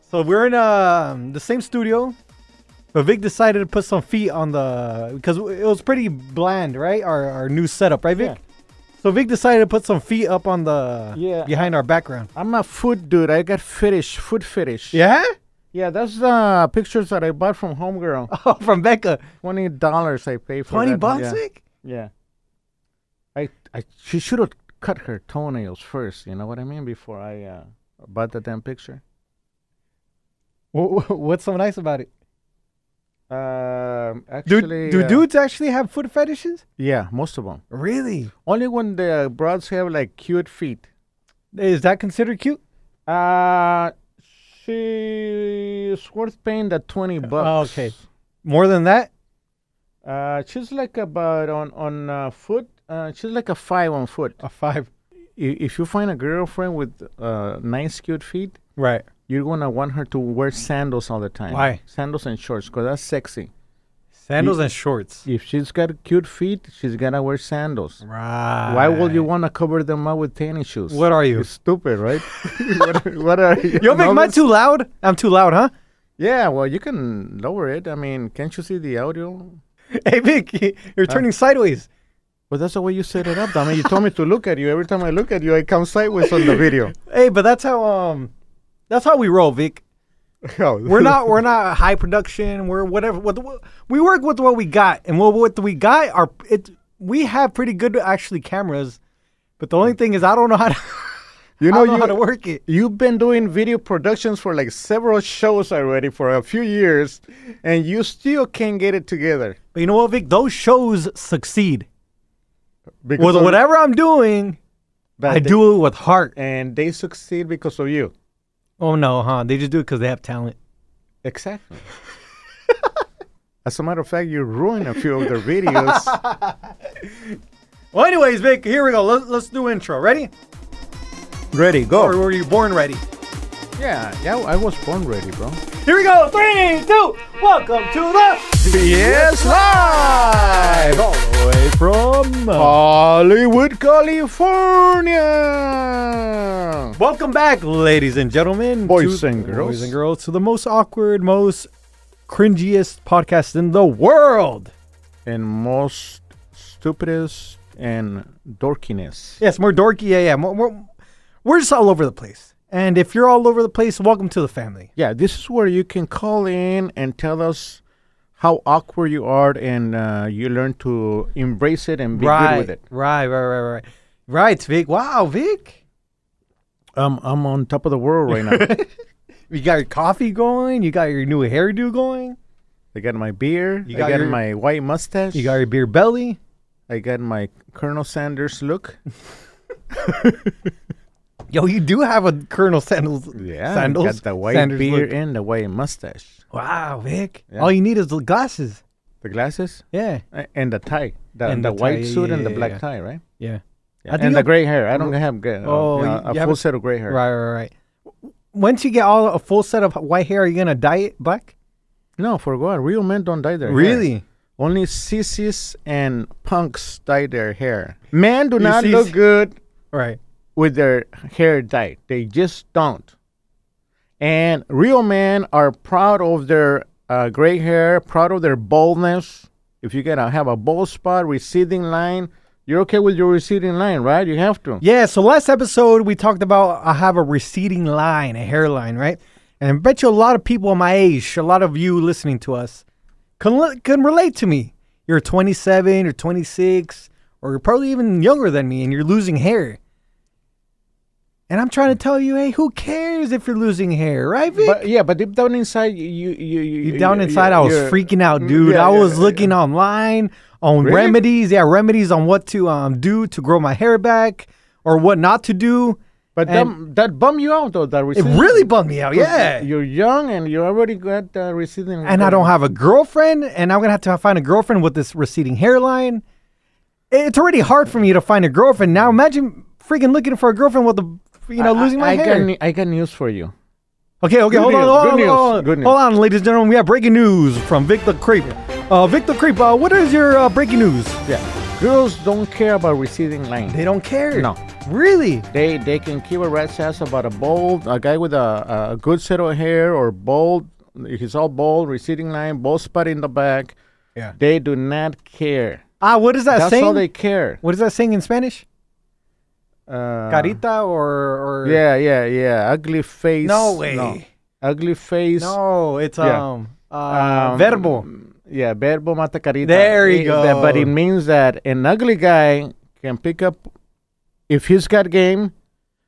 So we're in um, the same studio, but Vic decided to put some feet on the because it was pretty bland, right? Our our new setup, right, Vic? Yeah. So Vic decided to put some feet up on the Yeah. behind our background. I'm a food dude. I got fetish, food fetish. Yeah, Yeah, that's the uh, pictures that I bought from Homegirl. oh, from Becca, Twenty dollars I paid for. twenty that one, bucks, yeah. Vic. Yeah. I, I she should have cut her toenails first. You know what I mean? Before I uh, bought the damn picture. Wha- wha- What's so nice about it? Um, Do actually, do uh, dudes actually have foot fetishes? Yeah, most of them. Really? Only when the broads have like cute feet. Is that considered cute? Uh, she's worth paying the twenty bucks. okay. More than that? Uh, she's like about on on uh, foot. Uh, she's like a five on foot. A five. I- If you find a girlfriend with uh, nice cute feet, Right. you're gonna want her to wear sandals all the time. Why? Sandals and shorts, cause that's sexy. Sandals and shorts. If she's got cute feet, she's gonna wear sandals. Right. Why would you want to cover them up with tennis shoes? What are you? You're stupid, right? what, are- what are you? Yo, Vic, am I novice? too loud? I'm too loud, huh? Yeah, well, you can lower it. I mean, can't you see the audio? Hey, Vic, you're turning sideways. Well, that's the way you set it up. I mean, you told me to look at you. Every time I look at you, I come sideways on the video. Hey, but that's how um, that's how we roll, Vic. We're not we're not high production. We're whatever. What, what we work with what we got, and what what we got are it. We have pretty good actually cameras, but the only thing is I don't know how to. You I know, don't know you, how to work it. you've been doing video productions for like several shows already for a few years, and you still can't get it together. But you know what, Vic? Those shows succeed. Because With of- whatever I'm doing, but I they- do it with heart. And they succeed because of you. Oh no, huh? They just do it because they have talent. Exactly. As a matter of fact, you ruined a few of their videos. Well, anyways, Vic, here we go. Let's, let's do intro. Ready? ready, Or were you born ready? Yeah, yeah, I was born ready, bro. Here we go. Three, two. Welcome to the BS Live! all the way from. uh, Hollywood, California. Welcome back, ladies and gentlemen, Boys to- and girls. boys and girls, to the most awkward, most cringiest podcast in the world. And most stupidest and dorkiness. Yes, more dorky. Yeah, yeah. More, more, we're just all over the place. And if you're all over the place, welcome to the family. Yeah, this is where you can call in and tell us how awkward you are, and uh, you learn to embrace it and be good with it. right, right, right, right, right, Vic. Wow, Vic, Um, I'm on top of the world right now. you got your coffee going. You got your new hairdo going. I got my beer. You I got got your- my white mustache. You got your beer belly. I got my Colonel Sanders look. Yo, you do have a Colonel Sandals. Yeah, Sandals. I got the white Sanders beer look. and the white mustache. Wow, Vic. Yeah. All you need is the glasses. The glasses. Yeah. A- and the tie, the, And the, the tie, white yeah, suit yeah, and the yeah, black yeah. tie, right? Yeah. Yeah. I think And you- the gray hair. I don't have gray, uh, Oh, you you- know, a you full haven't- set of gray hair. Right, right, right. W- Once you get all a full set of white hair, are you gonna dye it black? No, for God, real men don't dye their hair. Really? Only sissies and punks dye their hair. Men do not see- look good Right. with their hair dyed. They just don't. And real men are proud of their uh, gray hair, proud of their baldness. If you gotta have a bald spot, receding line, you're okay with your receding line, right? You have to. Yeah. So last episode we talked about I have a receding line, a hairline, right? And I bet you a lot of people my age, a lot of you listening to us, can li- can relate to me. You're 27 or 26, or you're probably even younger than me, and you're losing hair. And I'm trying to tell you, hey, who cares if you're losing hair, right, Vic? But yeah, but deep down inside, you you you, you down you- inside, you- I was you're- freaking out, Mm, dude. yeah, I yeah, was yeah. looking online on Really? remedies, yeah, remedies on what to um do to grow my hair back or what not to do. But that, that bummed you out though. That It receding. really bummed me out, 'cause yeah. You're young and you already got uh, receding. And I don't have a girlfriend, and I'm gonna have to find a girlfriend with this receding hairline. It's already hard for me to find a girlfriend now. Imagine freaking looking for a girlfriend with the you know losing my I, hair. Got, ne- I got news for you. Okay, okay, Good hold, on, news, hold, good on, news, hold on, good news. hold on, ladies and gentlemen. We have breaking news from Vic the Creep. Uh, Vic the Creep, uh, what is your uh, breaking news? Yeah, girls don't care about receding line. They don't care. No, Really? They they can keep a rat's ass about a bald a guy with a, a good set of hair or bald. He's all bald, receding line, bald spot in the back. Yeah. They do not care. Ah, what is that That's saying? all they care. what is that saying in Spanish? Uh, Carita or, or Yeah, yeah, yeah. Ugly face. No way. Ugly face. No, it's Yeah. um, uh, um, verbo. Yeah, verbo mata carita. There you It- that- but go. it means that an ugly guy can pick up, if he's got game,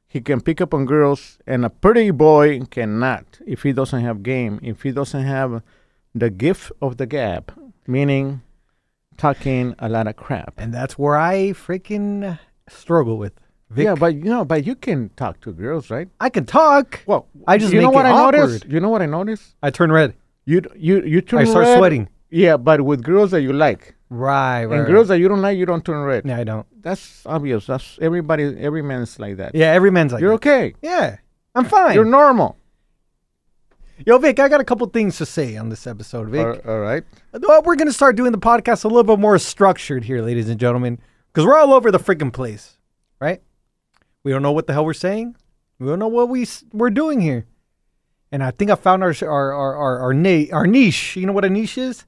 he can pick up on girls, and a pretty boy cannot if he doesn't have game, if he doesn't have the gift of the gab, meaning talking a lot of crap. And that's where I freaking struggle with. Vic, Yeah, but you know, but you can talk to girls, right? I can talk. Well, I just you know make what it I noticed. awkward. You know what I noticed? I turn red. You d- you you turn. I start red- sweating. Yeah, but with girls that you like, Right, right. and right. girls that you don't like, you don't turn red. Yeah, I don't. That's obvious. That's everybody. Every man's like that. Yeah, every man's like, You're that. okay. yeah, I'm fine. You're normal. Yo, Vic, I got a couple things to say on this episode, Vic. All- all right. Well, we're going to start doing the podcast a little bit more structured here, ladies and gentlemen, because we're all over the freaking place, right? We don't know what the hell we're saying. We don't know what we, s- we're doing here. And I think I found our, sh- our, our, our, our, na- our niche. You know what a niche is?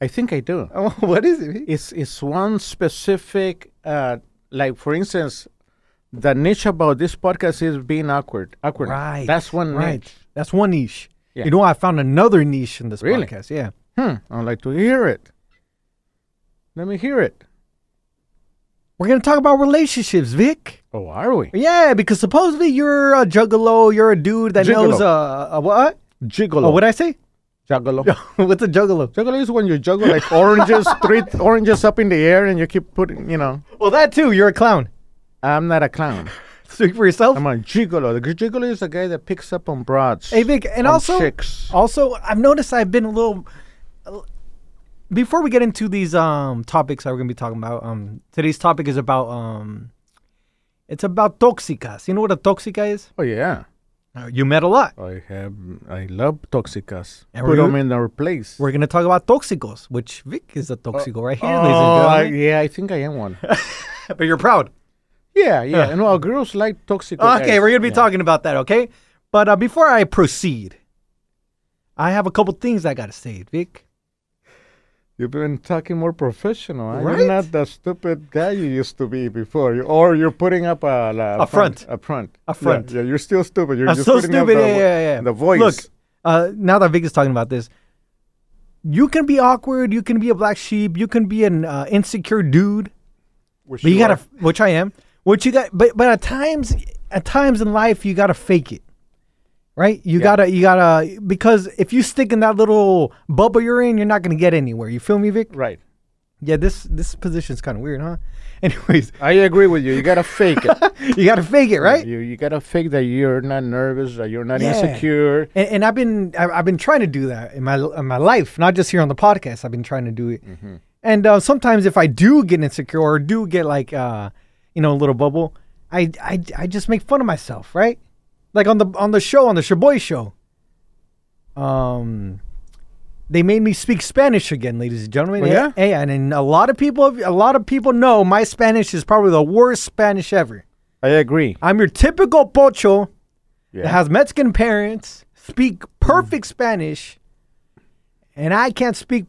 I think I do. Oh, what is it? Vic? It's it's one specific. Uh, like for instance, the niche about this podcast is being awkward. Awkward. Right. That's one right. niche. That's one niche. Yeah. You know, I found another niche in this Really? podcast. Yeah. Hmm. I'd like to hear it. Let me hear it. We're going to talk about relationships, Vic. Oh, are we? Yeah, because supposedly you're a juggalo. You're a dude that knows a, a what? Gigolo. Oh, what I say? Juggalo. What's a juggalo? Juggalo is when you juggle like oranges, three oranges up in the air, and you keep putting. You know, Well, that too. You're a clown. I'm not a clown. Speak for yourself. I'm a gigolo. The gigolo is the guy that picks up on broads. hey, Vic, and on also, chicks. also, I've noticed I've been a little. Before we get into these um topics that we're gonna be talking about, um, today's topic is about um, it's about toxicas. You know what a toxica is? Oh yeah, Uh, You met a lot. I have. I love toxicas. And Put we're- them in their place. We're gonna talk about toxicos, which Vic is a toxico right here, ladies oh, and I, gentlemen. yeah, I think I am one. but you're proud. yeah, yeah. And well, girls like toxic. Okay, we're gonna be yeah. talking about that. Okay, but uh, before I proceed, I have a couple things I gotta say, Vic. You've been talking more professional. huh? Right? You're not the stupid guy you used to be before. You, or you're putting up a, la- A front. A front. A front. Yeah, yeah, you're still stupid. You're I'm just so putting up stupid. the, yeah, yeah, yeah. the voice. Look, uh, now that Vic is talking about this, you can be awkward. You can be a black sheep. You can be an uh, insecure dude. Which But you are. gotta, which I am. Which you got, but but at times, at times in life, you gotta fake it, right? You gotta, you gotta, because if you stick in that little bubble you're in, you're not gonna get anywhere. You feel me, Vic? Right. Yeah. This this position's kind of weird, huh? Anyways, I agree with you. You gotta fake it. you gotta fake it, right? You you gotta fake that you're not nervous, that you're not Yeah. insecure. And, and I've been I- I've been trying to do that in my in my life, not just here on the podcast. I've been trying to do it. Mm-hmm. And uh, sometimes if I do get insecure or do get like uh, you know a little bubble, I, I I just make fun of myself, right? Like on the on the show on the Shaboy show. Um. They made me speak Spanish again, ladies and gentlemen. Oh, yeah? Eh, eh, and, and a lot of people, a lot of people know my Spanish is probably the worst Spanish ever. I agree. I'm your typical pocho that Yeah. has Mexican parents, speak perfect Spanish, and I can't speak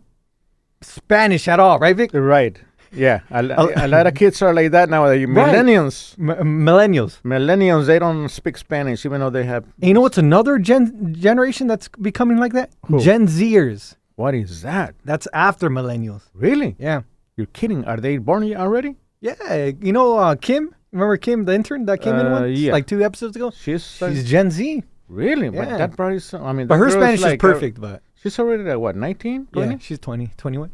Spanish at all, right, Vic? right. Yeah. A, lo- a lot of kids are like that nowadays. Right. Millennials. M- millennials. Millennials, they don't speak Spanish, even though they have. And you know what's another gen- generation that's becoming like that? Gen Zers. What is that? That's after millennials. Really? Yeah. You're kidding? Are they born yet already? Yeah. You know uh, Kim? Remember Kim, the intern that came in Uh, once, yeah. like two episodes ago? She's, like, She's Gen Z. really, Yeah. but that probably. is- I mean, But that her girl's Spanish like, is perfect, but Uh, she's already at what 19, 20? yeah, she's 20, 21.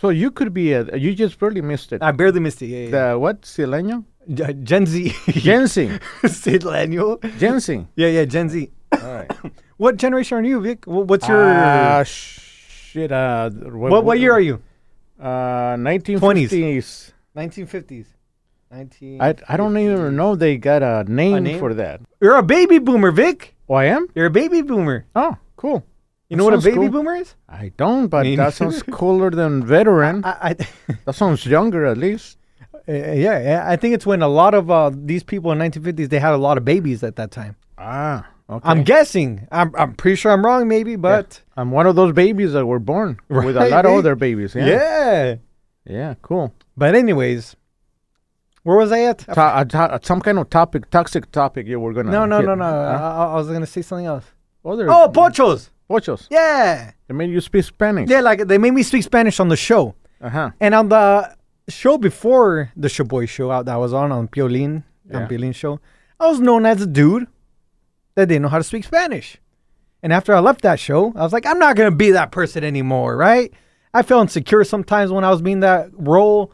So you could be. A, you just barely missed it. I barely missed it. Yeah, yeah. the what? Sileno? yeah. G- Gen Z. Jensen. Millennial. Jensen. Yeah, yeah, Gen Z. All right. What generation are you, Vic? Wh- What's your Ah, shit. Uh, what, what? What year are you? Uh, 1950s. 1950s. 19. I, I don't even know they got a name, name? for that. You're a baby boomer, Vic. Oh, I am? You're a baby boomer. Oh, cool. You That know what a sounds baby cool. boomer is? I don't, but Me that sounds cooler than veteran. I, I that sounds younger at least. Uh, yeah, yeah, I think it's when a lot of uh, these people in 1950s they had a lot of babies at that time. Ah, okay. I'm guessing. I'm I'm pretty sure I'm wrong, maybe, but I'm one of those babies that were born with a Right, lot of eh? other babies. Yeah. yeah. Yeah, cool. But anyways, where was I at? To- uh, to- uh, some kind of topic, toxic topic you were going to No, no, no, no. I, I was gonna say something else. Other Oh, pochos. pochos. Yeah, They made you speak Spanish. yeah. Like they made me speak Spanish on the show, Uh-huh. and on the show before the Shaboy show out that I was on on Piolin, on Piolin show, I was known as a dude that didn't know how to speak Spanish. And after I left that show, I was like, I'm not gonna be that person anymore, right? I felt insecure sometimes when I was being that role,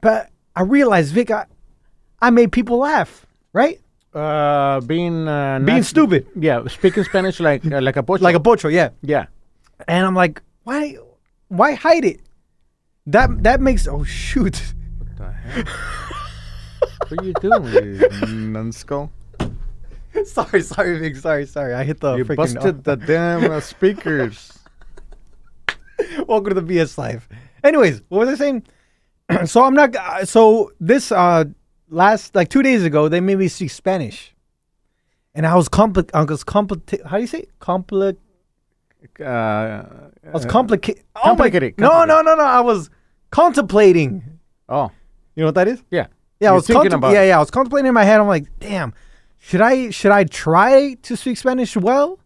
but I realized, Vic, I, I made people laugh, right? Uh, being uh, Being not- stupid, Yeah, speaking Spanish like uh, like a pocho. like a pocho, yeah. yeah. and I'm like, why, why hide it? That that makes oh shoot, What the hell? what are you doing, you numbskull? sorry, sorry, Vic, sorry, sorry. I hit the You freaking busted the damn uh, speakers. Welcome to the BS life. Anyways, what was I saying? so I'm not. uh, So this uh last like two days ago, they made me speak Spanish, and I was compli I was compli How do you say it? compli? Uh, I was complicated. Oh my! complicated, No, no, no, no. I was contemplating. oh, You know what that is? yeah. Yeah, I You're was thinking contem- about yeah, it. yeah. I was contemplating in my head. I'm like, damn, should I should I try to speak Spanish well,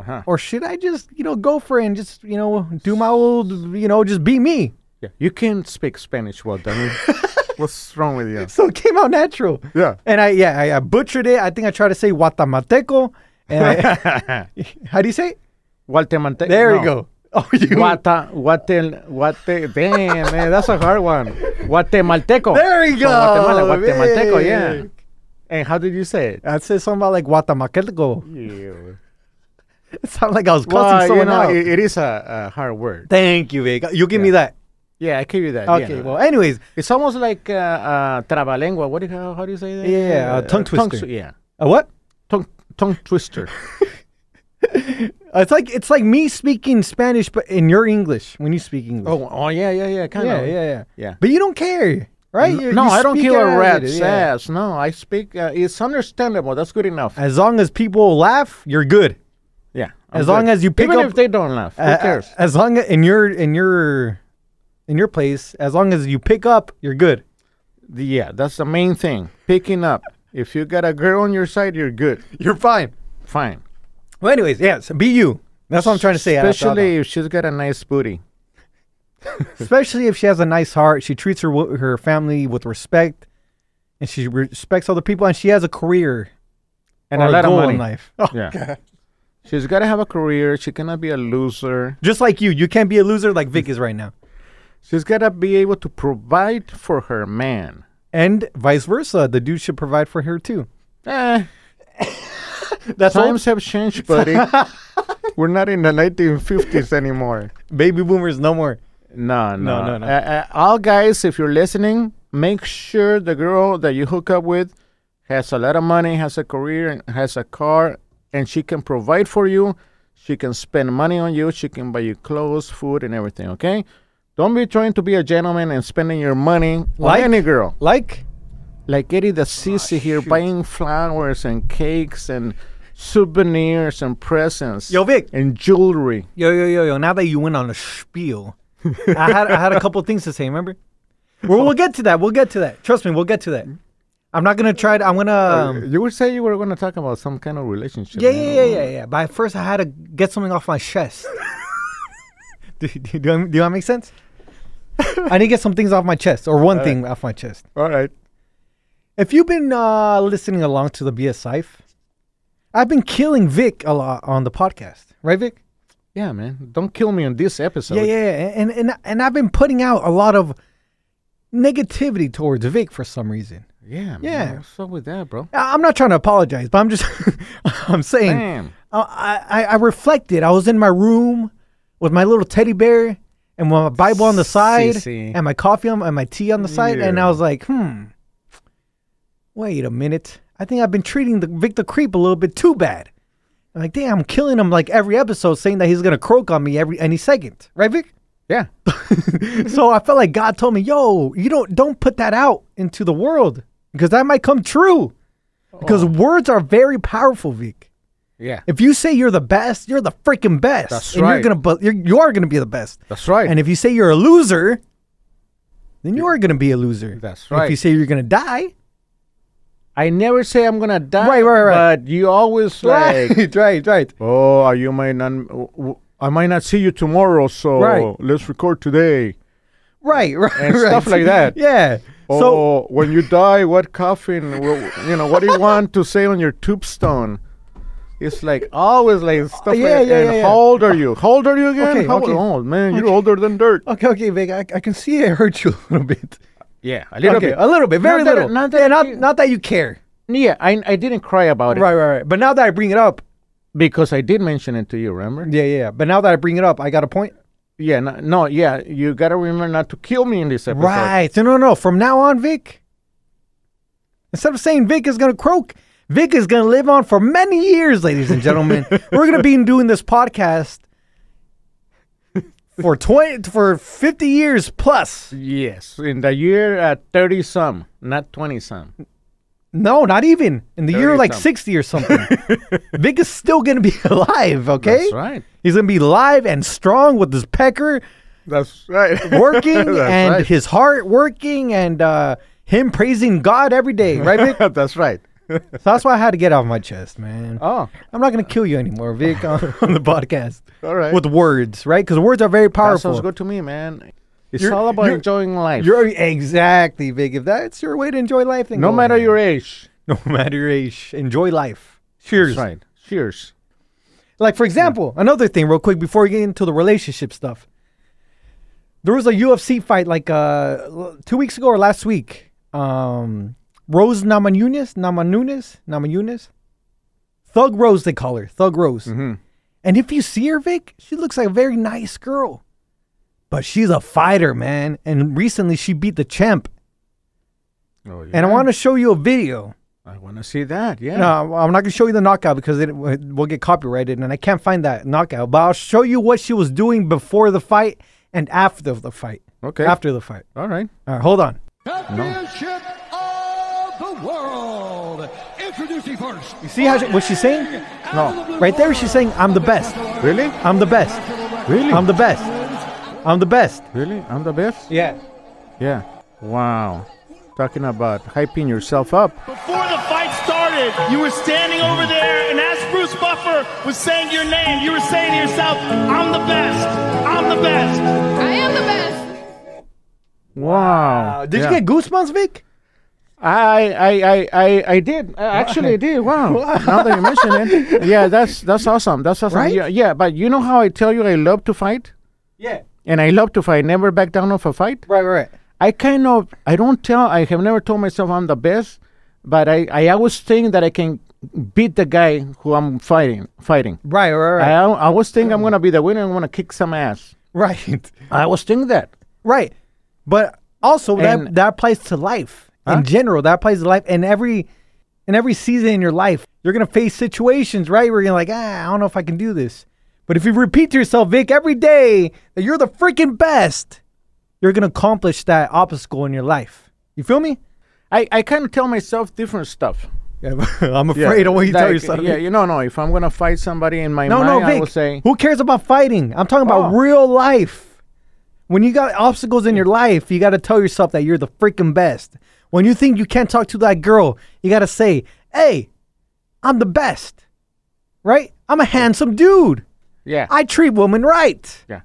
Uh-huh. or should I just you know go for it and just you know do my old you know just be me? yeah. You can speak Spanish well, Danny. What's wrong with you? So it came out natural. Yeah. And I yeah I, I butchered it. I think I tried to say guatamateco. And I, how do you say? It? Guatemante. There no. you go. Oh, you. Guata, guate, guate, damn, man, that's a hard one. Guatemalteco. There you From Guatemala, go, Guatemalteco, yeah. Vic. And how did you say it? I said something about like guatamateco. You. It sounded like I was cussing Well, you someone know, out. it- it is a, a hard word. Thank you, Vic. You give me that. Yeah, I give you that. yeah. Okay. Well, anyways, It's almost like uh, uh, trabalengua. What do you, how, how do you say that? Yeah, yeah, uh, tongue twister. twi- yeah, uh, what? tongue tongue twister. It's like it's like me speaking Spanish, but in your English when you speak English. oh, oh yeah, yeah, yeah, kind yeah, of. yeah, yeah, yeah. But you don't care, right? You- no, you I don't speak kill it a as rat's it- yeah. ass. No, I speak. Uh, it's understandable. That's good enough. As long as people laugh, you're good. Yeah. as long as you pick Even up- if they don't laugh, who Uh, cares? As long as in your in your in your place, as long as you pick up, you're good. The- yeah, that's the main thing. Picking up. If you got a girl on your side, you're good. You're fine. Fine. Well, anyways, yeah. So be you. That's what I'm trying to say. Adaptada. Especially if she's got a nice booty. especially if she has a nice heart. She treats her wo- her family with respect, and she respects other people, and she has a career And or a lot of goal money. in life. Oh, Yeah. She's got to have a career. She cannot be a loser. Just like you, you can't be a loser like Vic is right now. She's got to be able to provide for her man. and vice versa. The dude should provide for her too. Eh, That's all. times have changed, buddy. We're not in the 1950s anymore. Baby boomers, no more. No, no, no, no. Uh, uh, all guys, if you're listening, make sure the girl that you hook up with has a lot of money, has a career, and has a car, and she can provide for you. She can spend money on you. She can buy you clothes, food, and everything. Okay. Don't be trying to be a gentleman and spending your money Like- Ah, on any girl. Like, Like Eddie the Sissy here, buying flowers and cakes and souvenirs and presents. Yo, Vic. And jewelry. yo, yo, yo, yo. Now that you went on a spiel, I had I had a couple things to say. Remember? Well, we'll get to that. We'll get to that. Trust me, we'll get to that. I'm not gonna try to. I'm gonna. Um, you were saying you were going to talk about some kind of relationship. yeah, you know? yeah, yeah, yeah, yeah. But first, I had to get something off my chest. do, do, do, I, do I make sense? I need to get some things off my chest, or one thing off my chest. All right. If you've been uh, listening along to the BS Life, I've been killing Vic a lot on the podcast, right, Vic? Yeah, man. Don't kill me on this episode. yeah, yeah, yeah. and and and I've been putting out a lot of negativity towards Vic for some reason. Yeah, man. Yeah. What's up with that, bro? I- I'm not trying to apologize, but I'm just I'm saying Damn. Oh, I, I I reflected. I was in my room with my little teddy bear and my Bible on the side Sissy. and my coffee on, and my tea on the side, and Yeah. I was like, hmm, wait a minute. I think I've been treating the Vic the creep a little bit too bad. I'm like, damn, I'm killing him like every episode, saying that he's gonna croak on me every any second, right, Vic? Yeah. so I felt like God told me, "Yo, you don't don't put that out into the world because that might come true." Oh. Because words are very powerful, Vic. Yeah. If you say you're the best, you're the freaking best. That's and right. You're gonna, bu- you're, you are gonna be the best. That's right. And if you say you're a loser, then you are gonna be a loser. That's And right. If you say you're gonna die, I never say I'm gonna die. Right, right, right. But you always like, right, right. oh, you might not. w- w- I might not see you tomorrow, so Right. let's record today. Right, right, And right. stuff like that. Yeah. So oh, when you die, what coffin? will- you know, what do you want to say on your tombstone? It's like always like yeah, stuff. like, yeah, and yeah, yeah. How old are you? How old are you again? Okay, How okay. old? Man, you're older than dirt. okay, okay, Vic, I, I can see it hurt you a little bit. Yeah, a little okay, bit. a little bit, very Not that- little. not that yeah, not you- not that you care. yeah, I I didn't cry about it Right, right, right. But now that I bring it up, because I did mention it to you. Remember? yeah, yeah. yeah. But now that I bring it up, I got a point. Yeah. No. no yeah. You gotta remember not to kill me in this episode. Right. No, no, no. From now on, Vic, instead of saying Vic is going to croak, Vic is going to live on for many years, ladies and gentlemen. We're going to be doing this podcast for 20 for 50 years plus. Yes, in the year uh, 30 some, not 20 some. No, not even. In the year 30 like something. 60 or something. Vic is still going to be alive, okay? That's right. He's going to be live and strong with his pecker That's right. working and right. his heart working and uh him praising God every day, right, Vic? That's right. So that's why I had to get off my chest, man. Oh, I'm not gonna kill you anymore, Vic, on, on the podcast all right. with words, right? Because words are very that powerful. sounds good to me, man. It's You're- all about you're- enjoying life. You're Oh, exactly, Vic. If that's your way to enjoy life, then no go matter ahead. your age. no matter your age, enjoy life. Cheers. That's right. Cheers. Like for example, another thing, real quick, before we get into the relationship stuff, there was a UFC fight like uh l- two weeks ago or last week. Um, Rose Namajunas, Namajunas, Namajunas, Thug Rose they call her, Thug Rose. Mhm. And if you see her, Vic, she looks like a very nice girl, but she's a fighter, man. And recently she beat the champ. Oh, yeah. And I want to show you a video. I want to see that. Yeah. No, I'm not gonna show you the knockout because it will get copyrighted, and I can't find that knockout. But I'll show you what she was doing before the fight and after the fight. Okay. After the fight. All right. All right, hold on. Championship of the World. Introducing first. You see how she- what she's saying? No. Right there, she's saying, "I'm the best. Really? I'm the best. Really? I'm the best. I'm the best." really? I'm the best? Yeah. Yeah. Wow. Talking about hyping yourself up. Before the fight started, you were standing over there, and as Bruce Buffer was saying your name, you were saying to yourself, I'm the best, I'm the best. I am the best. Wow. Did Yeah. you get goosebumps, Vic? I I I I, I did. I actually did. Wow. now that you mention it, yeah, that's that's awesome. That's awesome. Right? Yeah, yeah. But you know how I tell you I love to fight, Yeah. and I love to fight. Never back down off a fight. Right, right, right. I kind of I don't tell. I have never told myself I'm the best, but I I always think that I can beat the guy who I'm fighting. Fighting. Right, right, I right. al- I always think I'm gonna be the winner. I'm gonna kick some ass. right. I always think that. Right. But also that And- that applies to life in general. That applies to life in every in every season in your life. You're gonna face situations, right? Where you're like, ah, I don't know if I can do this. But if you repeat to yourself, Vic, every day that you're the freaking best, you're gonna accomplish that obstacle in your life. You feel me? I I kind of tell myself different stuff. Yeah, I'm afraid of what you tell Like, yourself. Yeah, you know, no. If I'm gonna fight somebody in my No, mind, no, I will Vic. say. Who cares about fighting? I'm talking about Oh. real life. When you got obstacles in your life, you got to tell yourself that you're the freaking best. When you think you can't talk to that girl, you got to say, "Hey, I'm the best." Right? I'm a handsome dude. Yeah. I treat women right. Yeah.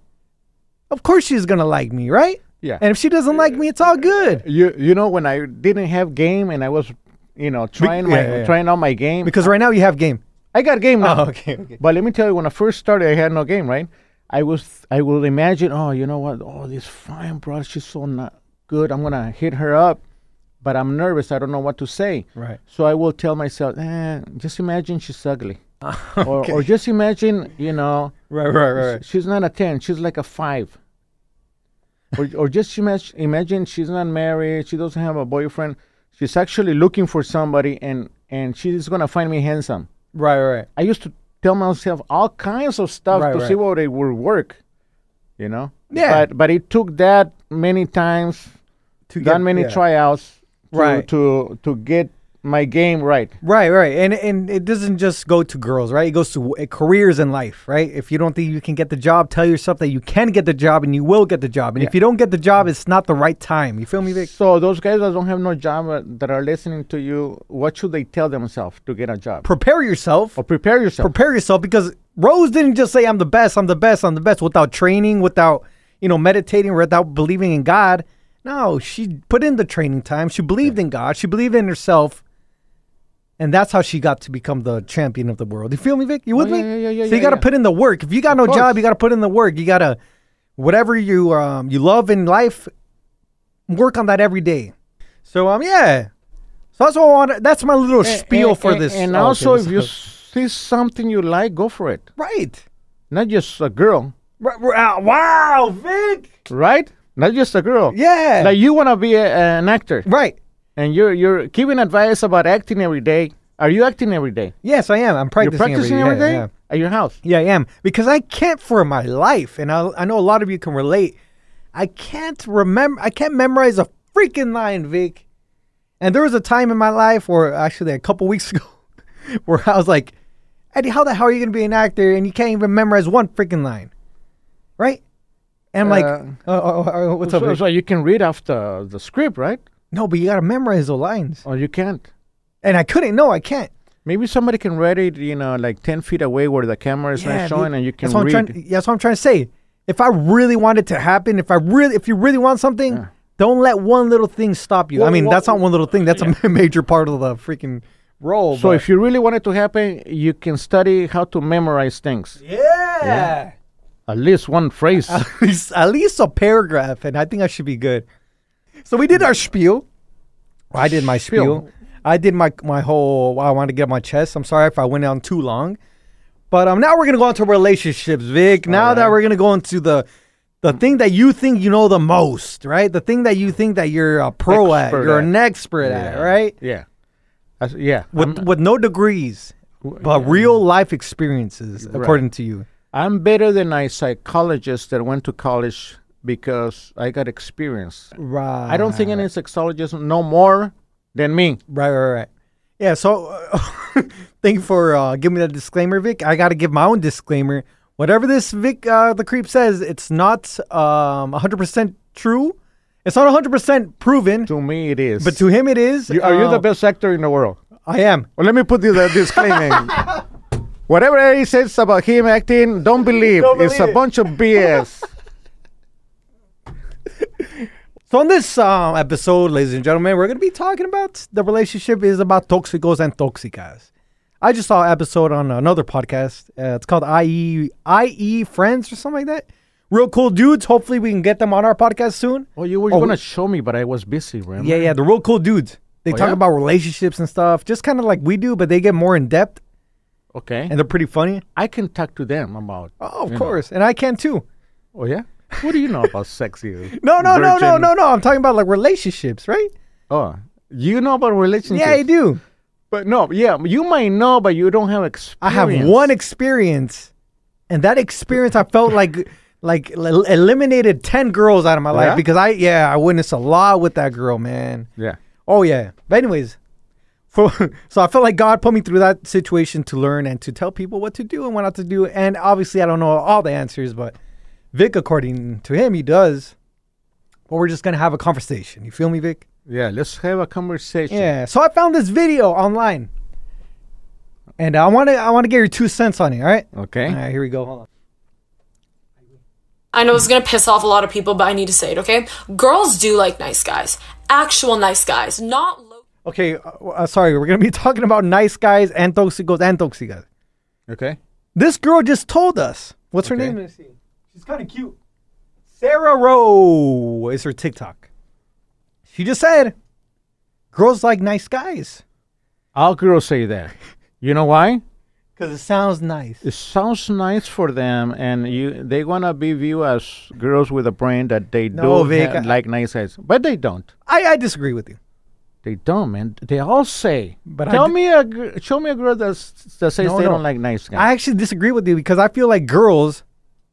Of course she's going to like me, right? Yeah. And if she doesn't like me, it's all good. you you know when I didn't have game and I was you know trying my yeah, yeah. trying out my game Because right now you have game. I got game now. Oh, okay, okay. But let me tell you, when I first started, I had no game. Right? I was I will imagine. Oh, you know what? Oh, this fine broad, she's so not good. I'm gonna hit her up, but I'm nervous. I don't know what to say. Right. So I will tell myself, eh, just imagine she's ugly, or or just imagine you know Right, right, right. Sh- She's not a 10. She's like a 5. Or, or just imag- imagine she's not married. She doesn't have a boyfriend. She's actually looking for somebody and, and she's going to find me handsome. Right, right. I used to tell myself all kinds of stuff Right, to right. see what it would work. you know. Yeah. But but it took that many times, To that get- many yeah. tryouts, to, Right. to to get my game right. Right, right, and and it doesn't just go to girls, right? It goes to uh, careers in life, right? If you don't think you can get the job, tell yourself that you can get the job and you will get the job. And if you don't get the job, it's not the right time. You feel me, Vic? So those guys that don't have no job uh, that are listening to you, what should they tell themselves to get a job? Prepare yourself. or prepare yourself. Prepare yourself because Rose didn't just say I'm the best, I'm the best, I'm the best without training, without you know meditating, without believing in God. No, she put in the training time. She believed in God. She believed in herself. And that's how she got to become the champion of the world. You feel me, Vic? You with Oh, yeah, me? yeah, yeah, yeah, So you yeah, got to yeah. put in the work. If you got no course. job, you got to put in the work. You got to whatever you um you love in life, work on that every day. So um yeah. So that's what I want. That's my little And- spiel and- for and- this. And oh, okay, also, this if you is- see something you like, go for it. right. Not just a girl, R- r- uh, wow, Vic. right? Not just a girl. Yeah. Like you want to be a, an actor, right. and you're you're giving advice about acting every day. Are you acting every day? Yes, I am. I'm You're practicing, practicing every every day Yeah, at your house. yeah. Yeah, I am because I can't for my life, and I I know a lot of you can relate. I can't remember. I can't memorize a freaking line, Vic. And there was a time in my life, or actually a couple weeks ago, where I was like, Eddie, how the hell are you gonna be an actor and you can't even memorize one freaking line, right? And I'm like, Uh, oh, oh, oh, oh, what's up? So, Vic? so you can read off the, the script, right? No, but you gotta memorize the lines, Or you can't. and I couldn't. No, I can't. Maybe somebody can read it, you know, like ten feet away where the camera is Yeah, not showing, dude. and you can that's what read. I'm trying, that's what I'm trying to say. If I really want it to happen, if I really, if you really want something, don't let one little thing stop you. I Well, mean, well, that's not one little thing. That's a major part of the freaking role. so but- if you really want it to happen, you can study how to memorize things. yeah, At least one phrase. at, least, at least a paragraph, and I think I should be good. So we did our spiel. I did my spiel. Spiel. I did my my whole. I wanted to get my chest. I'm sorry if I went on too long, but um, now we're gonna go into relationships, Vic. Now that we're gonna go into the the thing that you think you know the most, right? The thing that you think that you're a pro at, Expert you're at. an expert at, right? yeah. As- yeah. With I'm, with no degrees, but real life experiences, according to you. I'm better than a psychologist that went to college because I got experience. Right. I don't think any sexologist know more than me. Right, right, right. Yeah. So, uh, thank you for uh, giving me that disclaimer, Vic. I got to give my own disclaimer. Whatever this Vic uh, the creep says, it's not um, 100% true. It's not 100% proven, To me, it is. but to him it is. You- are you the Uh, best actor in the world? I am. Well, let me put you the disclaimer. Whatever Eddie says about him acting, don't believe. Don't it's believe a it. bunch of BS. So on this um, episode, ladies and gentlemen, we're going to be talking about the relationship is about toxicos and toxicas. I just saw an episode on another podcast. Uh, it's called IE IE E Friends or something like that. Real cool dudes. Hopefully, we can get them on our podcast soon. oh, you were Oh, going to show me, but I was busy, remember? Yeah, yeah, the real cool dudes. They talk yeah? about relationships and stuff, just kind of like we do, but they get more in depth Okay. and they're pretty funny. I can talk to them about. Oh, of you know. course, and I can too. Oh, yeah? What do you know about sexy? No, no, no, no, virgin- no, no. I'm talking about like relationships, right? Oh, you know about relationships? Yeah, I do. But no, yeah, you might know, but you don't have experience. I have one experience, and that experience I felt like like el- eliminated ten girls out of my life yeah? because I Oh, yeah I witnessed a lot with that girl, man. Yeah. Oh yeah. But anyways, for so I felt like God put me through that situation to learn and to tell people what to do and what not to do. And obviously, I don't know all the answers, but Vic, according to him, he does. But we're just gonna have a conversation. You feel me, Vic? Yeah, let's have a conversation. Yeah. So I found this video online, and I want to I want to get your two cents on it. All right. Okay. All right. Here we go. Hold on. I know it's gonna piss off a lot of people, but I need to say it, okay? Girls do like nice guys. Actual nice guys, not low. Okay. Uh, uh, sorry. We're gonna be talking about nice guys and toxicos and toxicas. Okay. This girl just told us. What's her Okay. name? Let me see. She's kind of cute. Sarah Rowe is her TikTok. She just said, "Girls like nice guys All girls say that. You know why? because it sounds nice." It sounds nice for them, and you they wanna be viewed as girls with a brain that they No, do Vic, ha- I- like nice guys, but they don't. I, I disagree with you. They don't, man. They all say. But I tell d- me a gr- show me a girl that's, that says No, they no. don't like nice guys. I actually disagree with you because I feel like girls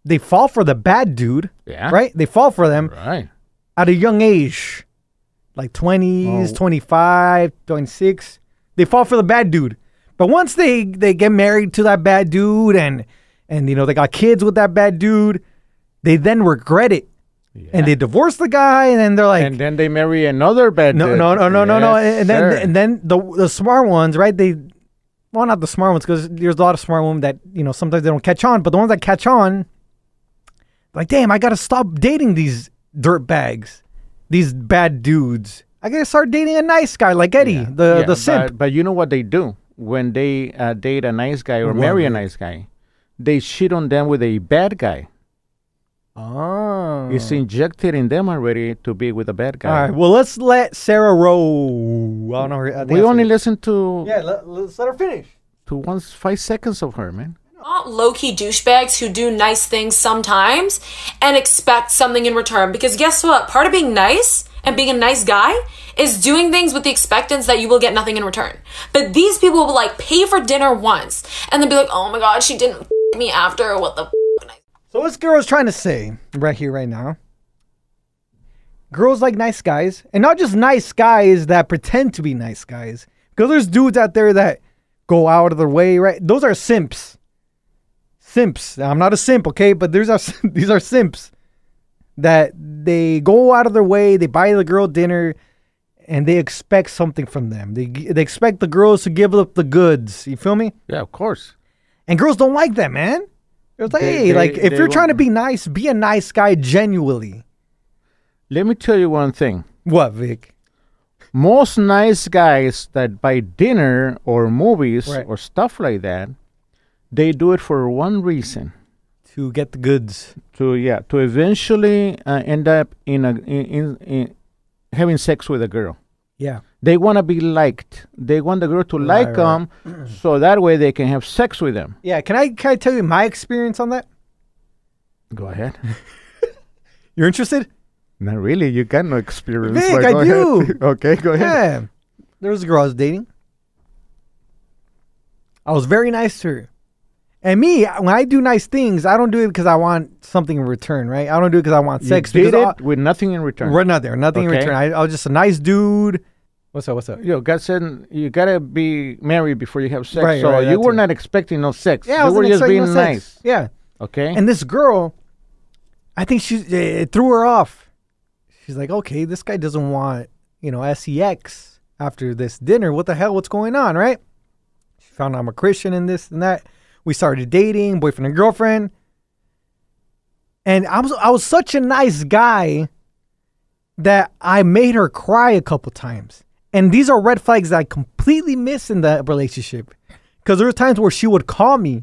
they fall for the bad dude. Yeah. Right? They fall for them Right. at a young age, like 20s, Oh. 25, 26. They fall for the bad dude. But once they they get married to that bad dude and and you know they got kids with that bad dude, they then regret it. And they divorce the guy and then they're like And then they marry another bad no, dude. no, no, no, no, no. Yes, And then, sir. and then the the smart ones, right? They, well, not the smart ones, because there's a lot of smart women that you know sometimes they don't catch on. But the ones that catch on, like, damn, I gotta stop dating these dirt bags, these bad dudes. I gotta start dating a nice guy like Eddie, the Yeah, the simp. But, but you know what they do when they uh, date a nice guy or marry a nice guy? They shit on them with a bad guy. oh, It's injected in them already to be with a bad all guy. right. Well, let's let Sarah roll. I don't know. her- I think we that's only her- listen to yeah. Let, let's let her finish. to one five seconds of her, man. not low key douchebags who do nice things sometimes and expect something in return. Because guess what? Part of being nice and being a nice guy is doing things with the expectance that you will get nothing in return. But these people will like pay for dinner once and then be like, oh my god, she didn't f- me after. What the? F-? And I So what this girl's trying to say right here, right now. Girls like nice guys, and not just nice guys that pretend to be nice guys. Because there's dudes out there that go out of their way, right? Those are simps. Simps. Now, I'm not a simp, okay? But there's are sim- these are simps that they go out of their way, they buy the girl dinner, and they expect something from them. They they expect the girls to give up the goods. You feel me? Yeah, of course. And girls don't like that, man. It was like, They- hey, they- like if they you're trying to won't. be nice, be a nice guy genuinely. Let me tell you one thing. What, Vic? Most nice guys that buy dinner or movies Right. or stuff like that, they do it for one reason. To get the goods. to yeah to eventually uh, end up in a in, in, in having sex with a girl Yeah. they want to be liked they want the girl to like right. them so that way they can have sex with them Yeah. Can I can I tell you my experience on that? go ahead You're interested? not really you got no experience Vic, but I go ahead. do. okay go ahead Yeah. There was a girl I was dating. I was very nice to her. And me, when I do nice things, I don't do it because I want something in return, right? I don't do it because I want You sex. did because it with nothing in I, return we're not there. Nothing Okay. in return. I, I was just a nice dude. What's up? What's up? you know, God said you gotta be married before you have sex. Right, so right, you that were too. not expecting no sex. Yeah, you I was were just being nice. Yeah. Okay. And this girl, I think she it threw her off. She's like, okay, this guy doesn't want you know sex after this dinner. What the hell? What's going on? Right? She found out I'm a Christian and this and that. We started dating, boyfriend and girlfriend. And I was I was such a nice guy that I made her cry a couple times. And these are red flags that I completely miss in that relationship. Cause there were times where she would call me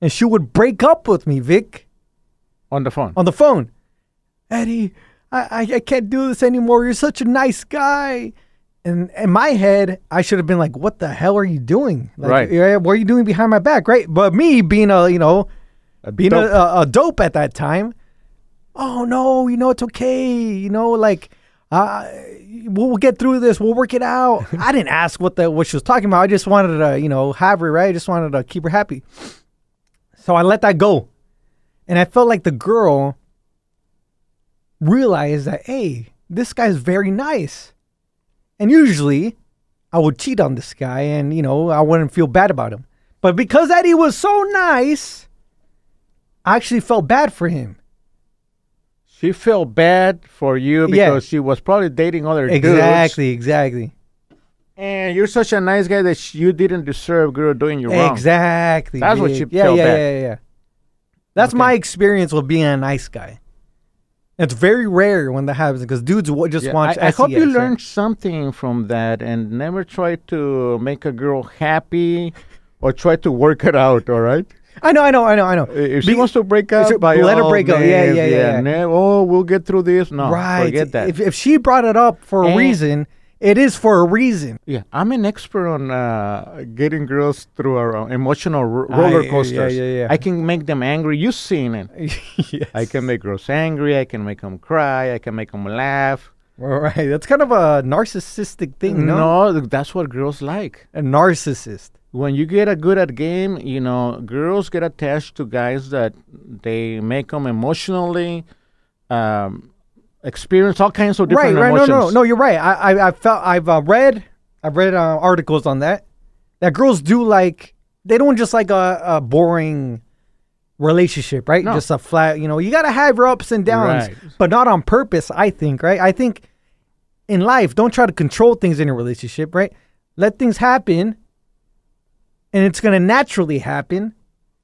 and she would break up with me, Vic, on the phone. on the phone. Eddie, I, I, I can't do this anymore. You're such a nice guy. And in my head, I should have been like, what the hell are you doing? Like, Right. yeah, What are you doing behind my back? Right. But me being a, you know, being dope. A, a, a dope at that time. Oh no, you know it's okay. You know, like uh, we'll, we'll get through this. We'll work it out. I didn't ask what the what she was talking about. I just wanted to, you know, have her right. I just wanted to keep her happy. So I let that go, and I felt like the girl realized that hey, this guy's very nice, and usually I would cheat on this guy, and you know I wouldn't feel bad about him. But because Eddie was so nice, I actually felt bad for him. She felt bad for you Yeah. because she was probably dating other dudes. Exactly, exactly. And you're such a nice guy that sh- you didn't deserve girl doing you wrong. Exactly. That's what Vic. you yeah, felt yeah, bad. yeah, yeah, yeah. That's my experience with being a nice guy. It's very rare when that happens because dudes w- just E Yeah, want. I, I hope you SES, right? learned something from that and never try to make a girl happy or try to work it out, all right? I know, I know, I know, I know. If she Be- wants to break up, so by let her all break up. Yeah, means, yeah, yeah, yeah. ne- oh, we'll get through this. No, right, forget that. If, if she brought it up for a And- reason, it is for a reason. yeah, I'm an expert on uh, getting girls through our own emotional ro- Ah, yeah, roller yeah, coasters. yeah, yeah. I can make them angry. You've seen it. yes. I can make girls angry. I can make them cry. I can make them laugh. Mm, Right. That's kind of a narcissistic thing, no? th- that's what girls like. A narcissist. when you get a good at game, you know, girls get attached to guys that they make them emotionally, um, experience all kinds of Right, different right. No, emotions. no, no. You're right. I, I, I felt I've uh, read, I've read uh, articles on that. That girls do like they don't just like a, a boring relationship, right? Just a flat. You know, you gotta have your ups and downs, Right. but not on purpose. I think, right? I think in life, don't try to control things in a relationship, right? Let things happen, and it's gonna naturally happen,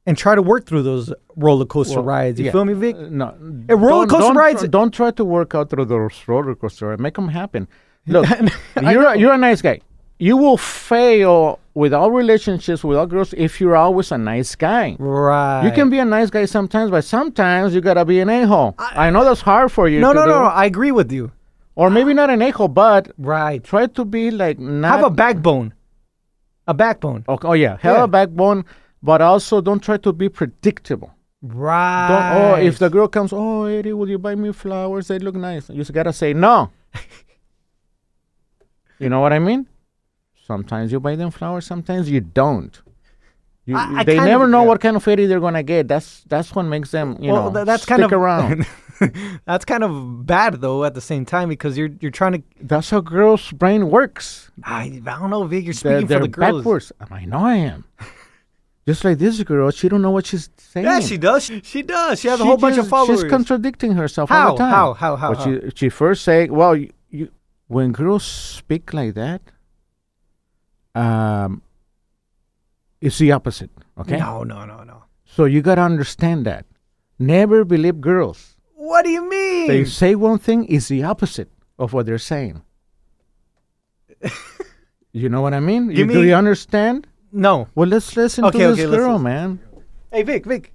and try to work through those roller coaster rides. You yeah. feel me, Vic? Uh, No, A roller don't- coaster don't rides- try- Don't try to work out through those roller coaster. Make them happen. Look, you're a, you're a nice guy. You will fail with all relationships with all girls if you're always a nice guy. Right. You can be a nice guy sometimes, but sometimes you gotta be an a hole. I, know that's hard for you. No, to no, do. no, no. I agree with you. Or maybe not an a hole, but Right. try to be like not. Have a backbone. A backbone. okay, oh yeah, have Yeah. a backbone, but also don't try to be predictable. Right. Don't, oh, if the girl comes, oh, Eddie, will you buy me flowers? They look nice. You just gotta say no. you know what I mean? Sometimes you buy them flowers, sometimes you don't. You, I- I they kind never of- know yeah. what kind of Eddie they're gonna get. That's that's what makes them, you Well, know, tha- that's stick kind of- around. that's kind of bad though at the same time because you're you're trying to that's how girls' brain works. I, I don't know, Vic, you're They're, speaking they're for the girls. backwards. I know I am. Just like this girl, she don't know what she's saying. Yeah, she does. She, she does. She has a She whole bunch of just- followers. She's contradicting herself all How? the time. How? How? How? But She, she first say, well, you, you, when girls speak like that, um, it's the opposite. Okay, No, no, no, no. so you gotta understand that. Never believe girls. What do you mean? They say one thing is the opposite of what they're saying. you know what I mean? You, Give do me- you understand? no. Well, let's listen Okay, to this okay, let's girl, listen. man. Hey, Vic, Vic.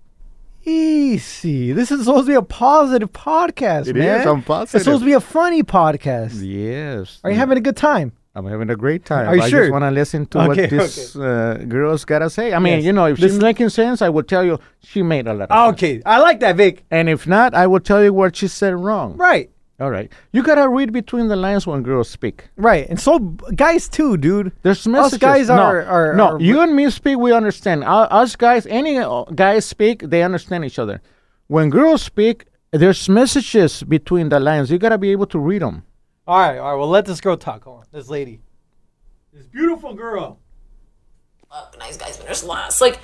Easy. This is supposed to be a positive podcast, It man. is, I'm It's supposed to be a funny podcast. Yes. Are you having a good time? I'm having a great time. Are you I sure? just want to listen to Okay, what this uh, girl's got to say. I mean, Yes. you know, if she's making sense, I will tell you she made a lot of sense. Okay, I like that, Vic. And if not, I will tell you what she said wrong. Right. All right. You got to read between the lines when girls speak. Right, and so b- guys too, dude. There's messages. Us guys no, are, are no. are- you and me speak, we understand. Uh, us guys, any uh, guys speak, they understand each other. When girls speak, there's messages between the lines. You got to be able to read them. All right, all right. Well, let this girl talk. Hold on, this lady, this beautiful girl. fuck, nice guys finish last. Like,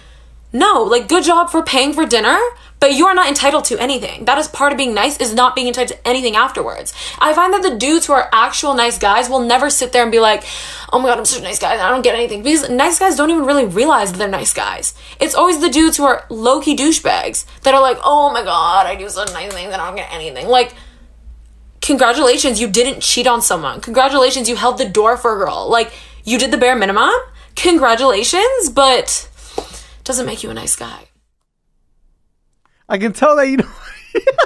no, like, good job for paying for dinner, but you are not entitled to anything. That is part of being nice, is not being entitled to anything afterwards. I find that the dudes who are actual nice guys will never sit there and be like, oh my god, I'm such a nice guy, I don't get anything. Because nice guys don't even really realize that they're nice guys. It's always the dudes who are low key douchebags that are like, oh my god, I do such nice things and I don't get anything. Like, congratulations, you didn't cheat on someone. Congratulations, you held the door for a girl. Like, you did the bare minimum. Congratulations, but doesn't make you a nice guy. I can tell that you know.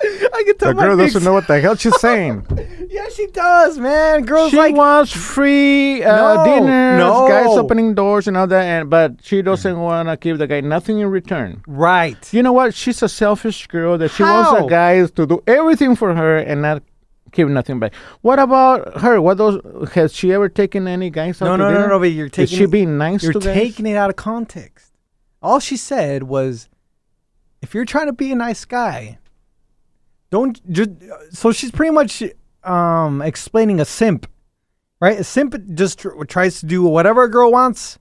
I can tell The my girl Vic's- doesn't know what the hell she's saying. Yeah, she does, man. Girls She like wants free uh, No, dinners, no. guys opening doors and all that, and, but she doesn't want to give the guy nothing in return. right. You know what? She's a selfish girl that she wants How? the guys to do everything for her and not give nothing back. What about her? What those has she ever taken any guys out No, to no, no, dinner? no, no. But you're taking Is she it- being nice You're to guys? taking it out of context. All she said was, "If you're trying to be a nice guy, don't just." So she's pretty much um, explaining a simp, right? A simp just tr- tries to do whatever a girl wants,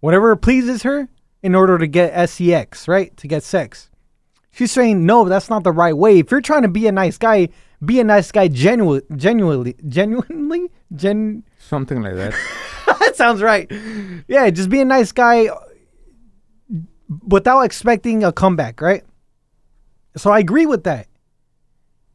whatever pleases her, in order to get sex, right? To get sex. She's saying no, that's not the right way. If you're trying to be a nice guy, be a nice guy genu- genuinely, genuinely, gen. something like that. That sounds right. Yeah, just be a nice guy uh, without expecting a comeback, right? So I agree with that.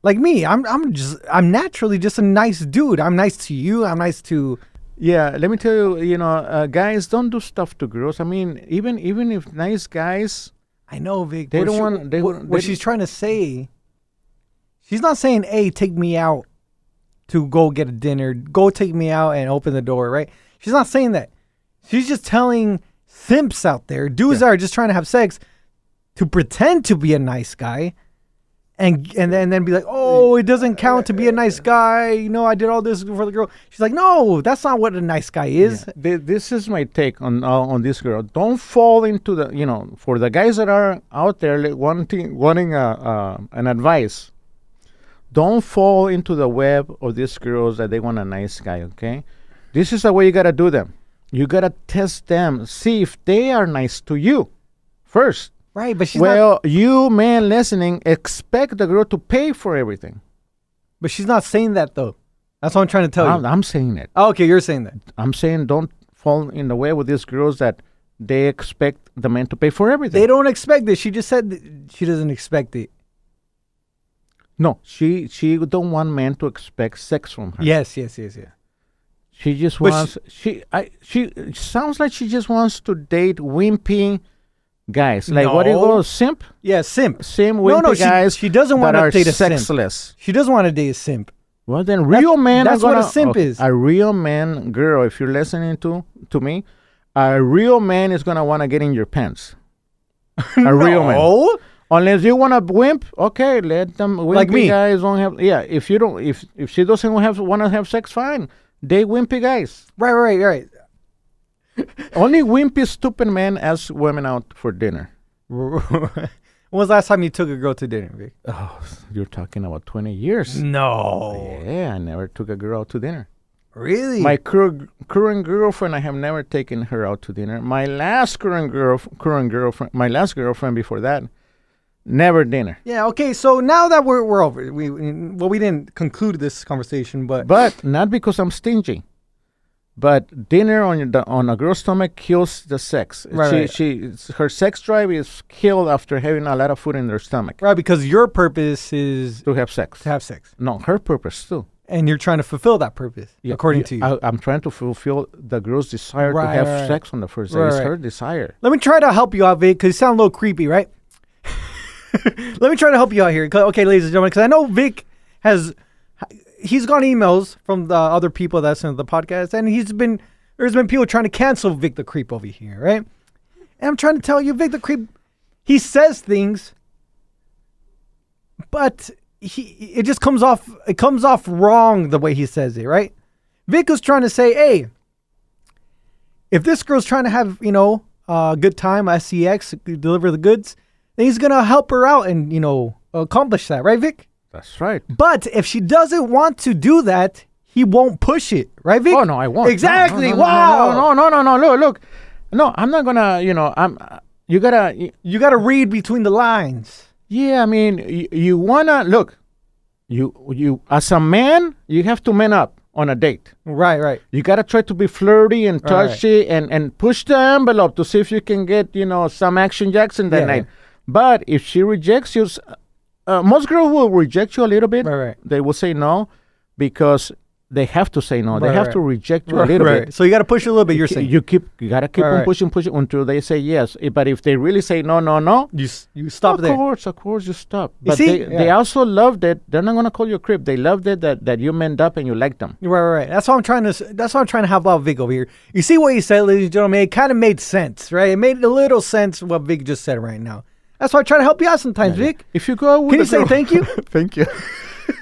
Like me, I'm I'm just I'm naturally just a nice dude. I'm nice to you. I'm nice to Yeah, let me tell you, you know, uh, guys don't do stuff to girls. I mean, even even if nice guys, I know Vic. They what don't she- want- they what, don't- what they she's trying to say. She's not saying, "Hey, take me out to go get a dinner. Go take me out and open the door." Right? She's not saying that. She's just telling simps out there, dudes that are just trying to have sex, to pretend to be a nice guy, and and then, and then be like, "Oh, oh, it doesn't count to be a nice guy. You know, I did all this for the girl. She's like, no, that's not what a nice guy is. Th- this is my take on uh, on this girl. Don't fall into the you know for the guys that are out there like, wanting wanting a, uh, an advice. Don't fall into the web of these girls that they want a nice guy. Okay, this is the way you gotta do them. You gotta test them, see if they are nice to you first. Right, but she's not. well, you man listening, expect the girl to pay for everything. But she's not saying that though. That's what I'm trying to tell I'm, you. I'm saying it. Oh, okay, you're saying that. I'm saying don't fall in the way with these girls that they expect the man to pay for everything. They don't expect it. She just said that she doesn't expect it. No, she she don't want men to expect sex from her. Yes, yes, yes, yes. She just But wants she I she it sounds like she just wants to date wimpy guys. Like what do you No. call a simp? Yeah, simp. Simp No, wimpy no, she- guys. she doesn't that wanna are date a simp. sexless. She doesn't want to date a simp. Well, then real man. that's are what a gonna- simp okay, is. A real man, girl. If you're listening to to me, a real man is gonna want to get in your pants. A real man. No. Unless you want to wimp, okay, let them. Wimpy Like me. guys don't have. Yeah, if you don't, if if she doesn't have want to have sex, fine. They wimpy guys. Right, right, right. Only wimpy stupid men ask women out for dinner. when was the last time you took a girl to dinner, Vic? Oh, you're talking about twenty years. No. Yeah, I never took a girl out to dinner. Really? My cur- current girlfriend, I have never taken her out to dinner. My last current girl, current girlfriend, my last girlfriend before that, never dinner. yeah, okay, so now that we're, we're over, we, we- well, we didn't conclude this conversation, but, But not because I'm stingy. But dinner on the, on a girl's stomach kills the sex. Right, she right. she it's- her sex drive is killed after having a lot of food in their stomach right, because your purpose is to have sex. to have sex, No, her purpose too. and you're trying to fulfill that purpose, Yeah, according to you. I, I'm trying to fulfill the girl's desire to Right, have right. sex on the first day. Right, it's right. her desire. Let me try to help you out, Vic, because you sound a little creepy, right? Let me try to help you out here. 'Cause- Okay, ladies and gentlemen, because I know Vic has, he's gotten emails from the other people that's in the podcast, and he's been, there's been people trying to cancel Vic the Creep over here, right? And I'm trying to tell you, Vic the Creep, he says things, but he, it just comes off, it comes off wrong the way he says it, right? Vic is trying to say, hey, if this girl's trying to have you know a good time sex deliver the goods then he's gonna help her out and you know accomplish that right vic That's right. but if she doesn't want to do that he won't push it right vic Oh no, I won't. No, exactly No, no, no, wow No, no, no, no, no. Look, look. No, I'm not gonna. You know, I'm. uh, You gotta. y- you gotta read between the lines Yeah, I mean, you, you wanna look. You you as a man, you have to man up on a date. right right You gotta try to be flirty and Right, right. touchy and and push the envelope to see if you can get you know some action Jackson that Yeah, night. yeah. But if she rejects you, s- uh, most girls will reject you a little bit. Right, right. They will say no because they have to say no. they Right, have right. to reject you a little bit. so you gotta push it a little bit you're saying you keep you gotta keep Right, on right. pushing, pushing until they say yes. Eh, But if they really say no, no, no, you, s- you stop of there course, of course, you stop. But see? they, they Yeah. also loved it. They're not gonna call you a creep. They loved it that, that you manned up and you liked them. Right, right, right. That's what I'm trying to. s- That's what I'm trying to help out Vic over here. You see what he said, ladies and gentlemen. It kind of made sense, right? It made a little sense what Vic just said right now. That's why I try to help you out sometimes, Vic. If you go out with Can a you say girl- thank you? thank you.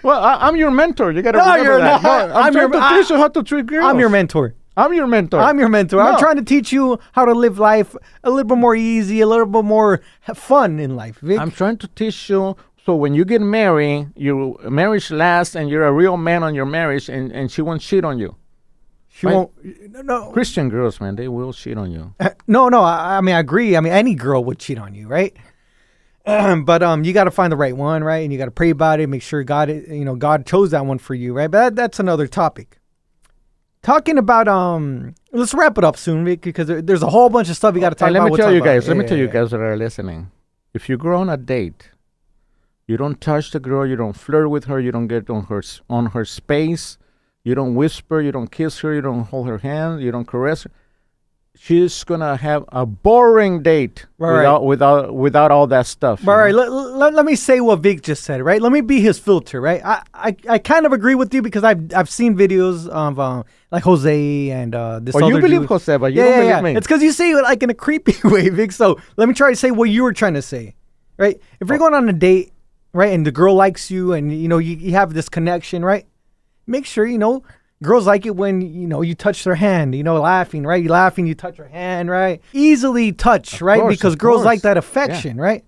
well, I, I'm your mentor. You gotta No, remember you're that. not. No, I'm, I'm trying your- to I- teach you how to treat girls. I'm your mentor. I'm your mentor. I'm your mentor. No. I'm trying to teach you how to live life a little bit more easy, a little bit more ha- fun in life, Vic. I'm trying to teach you so when you get married, your marriage lasts and you're a real man on your marriage and, and she won't cheat on you. she my- won't. No, no, Christian girls, man, they will cheat on you. no. no I, I mean, I agree. I mean, any girl would cheat on you, right? but um, you got to find the right one, right? And you got to pray about it. Make sure God, you know, God chose that one for you, right? But that, that's another topic. Talking about um, let's wrap it up soon, Vic, because there- there's a whole bunch of stuff we got to talk And about. let me We'll tell talk you about it. guys, let me Yeah, tell yeah, you yeah. guys that are listening. If you go on a date, you don't touch the girl, you don't flirt with her, you don't get on her s- on her space, you don't whisper, you don't kiss her, you don't hold her hand, you don't caress her. She's gonna have a boring date Right, right. without without without all that stuff. you All know? right, let, let, let me say what Vic just said, right? Let me be his filter, right? I, I, I kind of agree with you because I've I've seen videos of um, like Jose and uh, this. Oh, you other believe dude. Jose, but you yeah, don't yeah, believe yeah. me. It's because you say it like in a Oh. creepy way, Vic. So let me try to say what you were trying to say, right? If you're going on a date right? And the girl likes you, and you know you, you have this connection, right? Make sure you know girls like it when you know you touch their hand, you know, laughing, right? You laughing, you touch her hand, right? Easily touch, right? course, because of girls course. like that affection, right?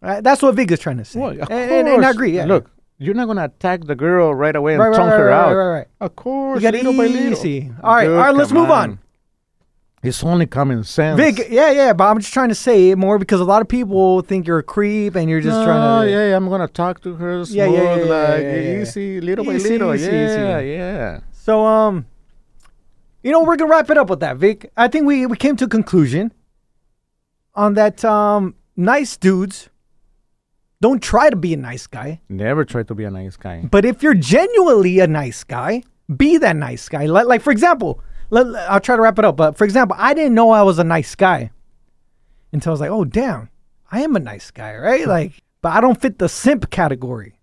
right? That's what Vic is trying to say, Well, and, of and, and I course. agree. Yeah, Look, you're not gonna attack the girl right away and Right, right, tongue right, her right, out. right, right. Of You course, got little by little. easy. All right, all right, let's come move on. It's only common sense. Vic, yeah, yeah, but I'm just trying to say it more because a lot of people think you're a creep and you're just no, trying to. yeah, yeah, I'm gonna talk to her smooth, Yeah, yeah, yeah, yeah, like yeah, yeah, yeah. easy, little Easy, by little. easy, yeah, easy. yeah. So, um, you know, we're gonna wrap it up with that, Vic. I think we we came to a conclusion on that. Um, nice dudes don't try to be a nice guy, Never try to be a nice guy. but if you're genuinely a nice guy, be that nice guy. Like, like for example, let, let- I'll try to wrap it up. But for example, I didn't know I was a nice guy until I was like, oh damn, I am a nice guy, right? Like, but I don't fit the simp category,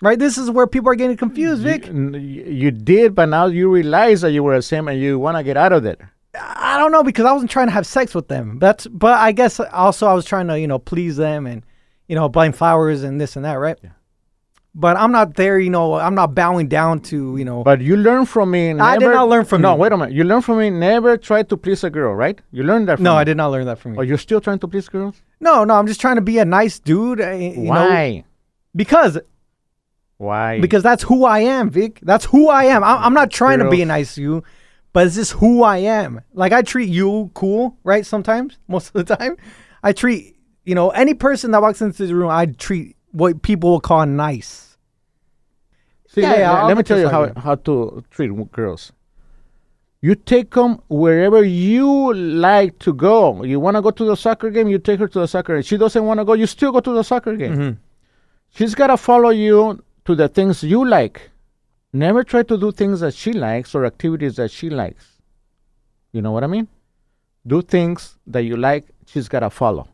right? This is where people are getting confused, Vic. N- y- You did, but now you realize that you were a sim and you want to get out of it. I don't know because I wasn't trying to have sex with them. That's but I guess also I was trying to you know please them and you know buying flowers and this and that, right? Yeah. But I'm not there, you know. I'm not bowing down to you know. But you learn from me. Never, I did not learn from no, you. wait a minute. You learn from me. Never try to please a girl, right? You learned that. from no, me. I did not learn that from you. Are you still trying to please girls? no, no, I'm just trying to be a nice dude. uh, You Know, Why? because Why? because that's who I am, Vic. That's who I am. I, I'm not trying to be Girls. nice to you, but it's just who I am. Like I treat you cool, right? Sometimes, most of the time, I treat you know any person that walks into the room, I treat what people will call nice. See, Yeah, le- yeah, le- I'll let me get tell this you out how, here. how to treat w- girls. You take them wherever you like to go. You want to go to the soccer game, you take her to the soccer game. She doesn't want to go, you still go to the soccer game. Mm-hmm. She's got to follow you to the things you like. Never try to do things that she likes or activities that she likes. You know what I mean? Do things that you like, she's got to follow.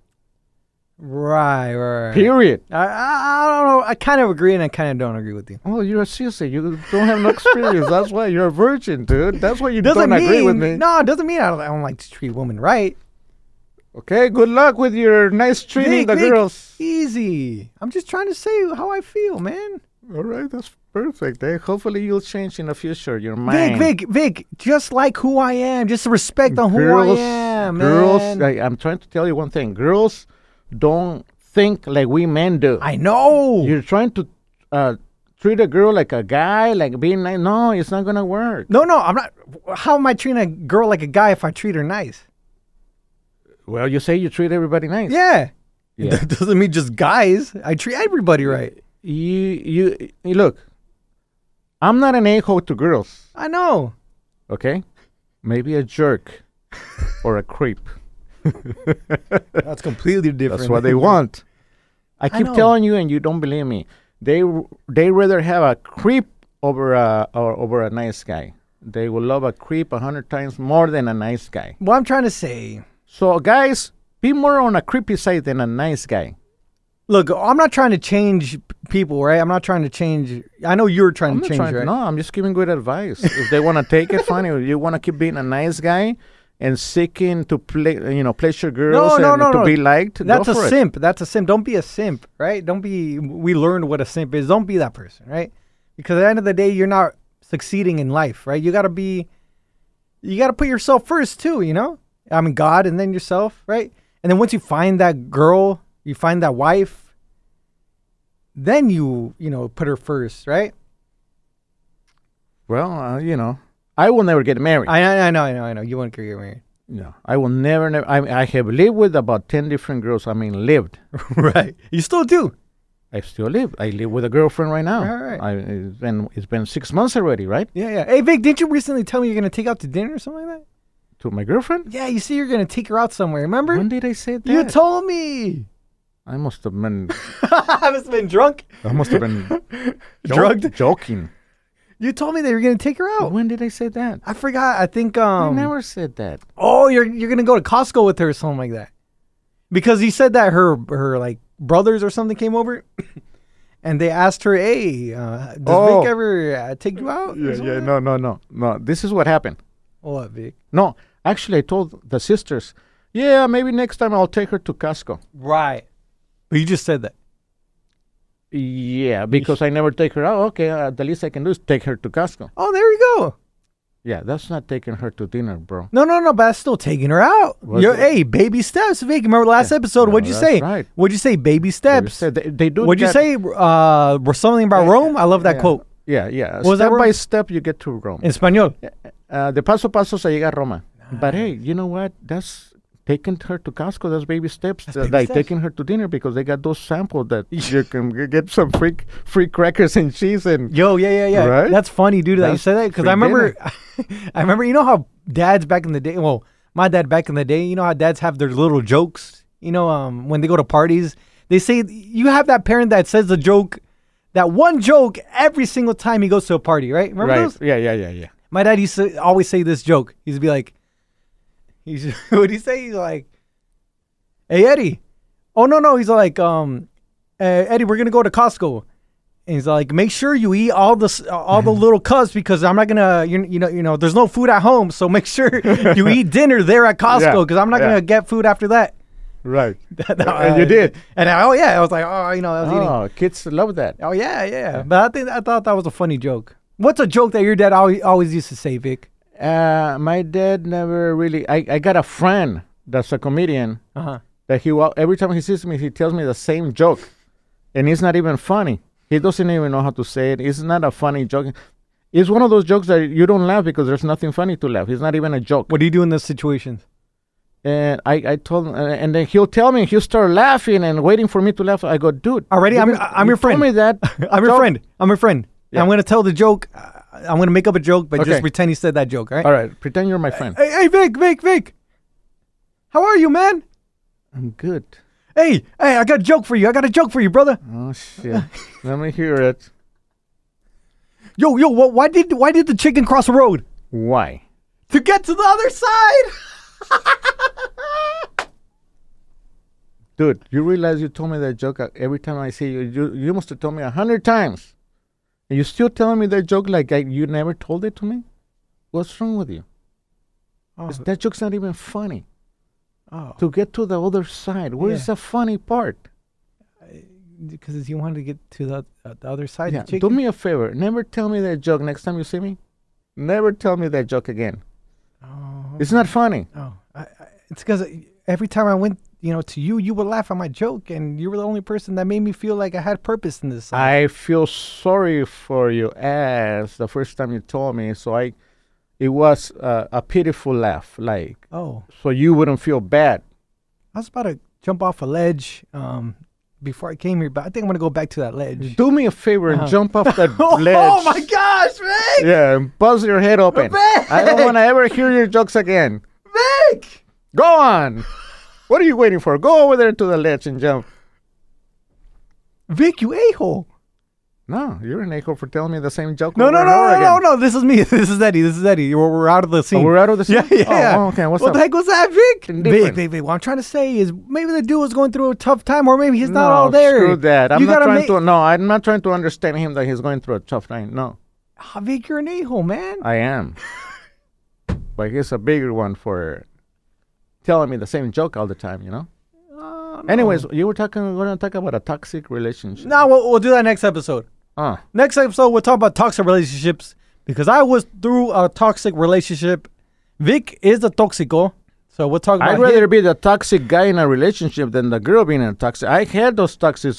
Right, right. Period. I, I, I don't know. I kind of agree and I kind of don't agree with you. Oh, you're a sissy. You don't have no experience. That's why you're a virgin, dude. That's why you Doesn't don't mean agree with me. no. it Doesn't mean I don't, I don't like to treat women right. Okay, good luck with your nice Vic, treating the Vic, girls. Easy. I'm just trying to say how I feel, man. All right, that's perfect. Eh? Hopefully, you'll change in the future your mind. Vic, Vic, Vic. Just like who I am. Just respect on who girls, I am, girls. man. I, I'm trying to tell you one thing. Girls don't think like we men do. I know. You're trying to uh, treat a girl like a guy, like being nice. No, it's not gonna work. no, no. I'm not. How am I treating a girl like a guy if I treat her nice? Well, you say you treat everybody nice. Yeah. Yeah. That doesn't mean just guys. I treat everybody right. You, you, you look. I'm not an a-hole to girls. I know. okay? Maybe a jerk or a creep. That's completely different. That's what they want. I keep know. telling you, and you don't believe me. They they rather have a creep over a or over a nice guy. They will love a creep a hundred times more than a nice guy. What I'm trying to say. So guys, be more on a creepy side than a nice guy. Look, I'm not trying to change p- people, right? I'm not trying to change. I know you're trying I'm to not change, trying to- right? No, I'm just giving good advice. if they want to take it, fine. If you want to keep being a nice guy and seeking to play, you know, pleasure girls and to be liked, go That's for a it. simp. That's a simp. Don't be a simp, right? Don't be. We learned what a simp is. Don't be that person, right? Because at the end of the day, you're not succeeding in life, right? You got to be. You got to put yourself first too. You know, I mean, God, and then yourself, right? And then once you find that girl, you find that wife, then you you know put her first, right? Well, uh, you know, I will never get married. I, I I know, I know, I know. You want to get married, no, I will never, never. I, I have lived with about ten different girls. I mean, lived. right? You still do. I still live. I live with a girlfriend right now. Right, right. I, it's been it's been six months already, right? Yeah, yeah. Hey, Vic, didn't you recently tell me you're gonna take out to dinner or something like that? To my girlfriend. Yeah, you see, you're gonna take her out somewhere. Remember? When did I say that? you told me. I must have been. I must have been drunk. I must have been jo- Drugged? joking. You told me that you're gonna take her out. When did I say that? I forgot. I think. Um. I never said that. Oh, you're you're gonna go to Costco with her or something like that, because you said that her her like brothers or something came over, and they asked her, "Hey, uh, does Oh. Vic ever uh, take you out?" or something like that? No, no, no, no. This is what happened. What, Vic? No, actually, I told the sisters. Yeah, maybe next time I'll take her to Costco. Right. But you just said that. Yeah, because I never take her out. Okay, uh, the least I can do is take her to Costco. Oh, there you go. Yeah, that's not taking her to dinner, bro. No, no, no, but that's still taking her out. Was You're, it? hey, baby steps, Vic. Remember last episode? No, what'd you that's say? right. What'd you say? Baby You steps. said They, they do. What'd you that- say? Uh, something about Rome. I love that yeah, quote. Yeah, yeah. Was that step by Rome? step, you get to Rome. In Spanish. Uh, de paso a paso se llega a Roma. But hey, you know what? That's taking her to Costco. That's baby steps. uh, baby like steps. taking her to dinner because they got those samples that you can g- get some free free crackers and cheese and Yo, yeah, yeah, yeah. Right? That's funny, dude. That you That's said that because free I remember, I remember. You know how dads back in the day. Well, my dad back in the day. You know how dads have their little jokes. You know, um, when they go to parties, they say you have that parent that says the joke, that one joke every single time he goes to a party, right? Remember right. those? Yeah, yeah, yeah, yeah. My dad used to always say this joke. He used to be like, he's what he say? He's like, "Hey Eddie, oh no no." He's like, um, uh, Eddie, we're gonna go to Costco, and he's like, make sure you eat all the s- all the little cubs because I'm not gonna you, you know you know there's no food at home, so make sure you eat dinner there at Costco because I'm not yeah. gonna get food after that. Right. Uh, and you did. and I, oh yeah, I was like, oh you know, I was eating. Oh, kids love that. Oh yeah, yeah. But I think I thought that was a funny joke. What's a joke that your dad always always used to say, Vic? Uh, my dad never really. I, I got a friend that's a comedian Uh huh. that he wa- every time he sees me, he tells me the same joke, and it's not even funny. He doesn't even know how to say it. It's not a funny joke. It's one of those jokes that you don't laugh because there's nothing funny to laugh. It's not even a joke. What do you do in those situations? And I, I told him, uh, and then he'll tell me, he'll start laughing and waiting for me to laugh. I go, dude. Already, you I'm- didn't- I'm you your friend." Told me that. I'm your joke." friend. I'm your friend. Yeah. I'm gonna tell the joke. Uh, I'm gonna make up a joke, but Okay. just pretend he said that joke. All right. All right, pretend you're my friend. Hey, hey, Vic, Vic, Vic. How are you, man? uh, I'm good. Hey, hey, I got a joke for you. I got a joke for you, brother. Oh shit. Let me hear it. Yo, yo, wh- why did why did the chicken cross the road Why? to get to the other side? Dude, you realize you told me that joke uh, every time I see you. You, you must have told me a hundred times. And you're still telling me that joke like I, you never told it to me? What's wrong with you? Uh-huh. It's- That joke's not even funny. Oh, To get to the other side, where's Yeah. the funny part? because you wanted to get to the, uh, the other side. Yeah, of the do chicken. me a favor. Never tell me that joke next time you see me. Never tell me that joke again. Oh, It's not funny. oh. I, I, it's because every time I went, you know, to you, you would laugh at my joke, and you were the only person that made me feel like I had purpose in this. I feel sorry for your ass the first time you told me. So I, it was uh, a pitiful laugh. Like, oh. so you wouldn't feel bad. I was about to jump off a ledge um, before I came here, but I think I'm gonna go back to that ledge. Do me a favor and jump off that Oh, ledge. oh my gosh, Vic! Yeah, and buzz your head open. I don't want to ever hear your jokes again. Vic! Go on. What are you waiting for? Go over there to the ledge and jump. Vic, you a-hole! No, you're an echo for telling me the same joke. No, over no, no, and over no, no, again. no! This is me. This is Eddie. This is Eddie. We're, we're out of the scene. Oh, we're out of the Yeah, scene? yeah. yeah. Oh, okay, what's what the up? heck was that, Vic? Vic, different. Vic, Vic. What I'm trying to say is maybe the dude was going through a tough time, or maybe he's not No, all there. Screw that. I'm you not gotta trying make- to. No, I'm not trying to understand him that he's going through a tough time. No, Ah, Vic, you're an a-hole, man. I am. but he's a bigger one for telling me the same joke all the time. You know. Uh, no. Anyways, you were talking. We're gonna talk about a toxic relationship. no, we'll, we'll do that next episode. Uh, Next episode, we'll talk about toxic relationships because I was through a toxic relationship. Vic is a toxico, so we'll talk about. I'd rather him. be the toxic guy in a relationship than the girl being a toxic. I had those toxic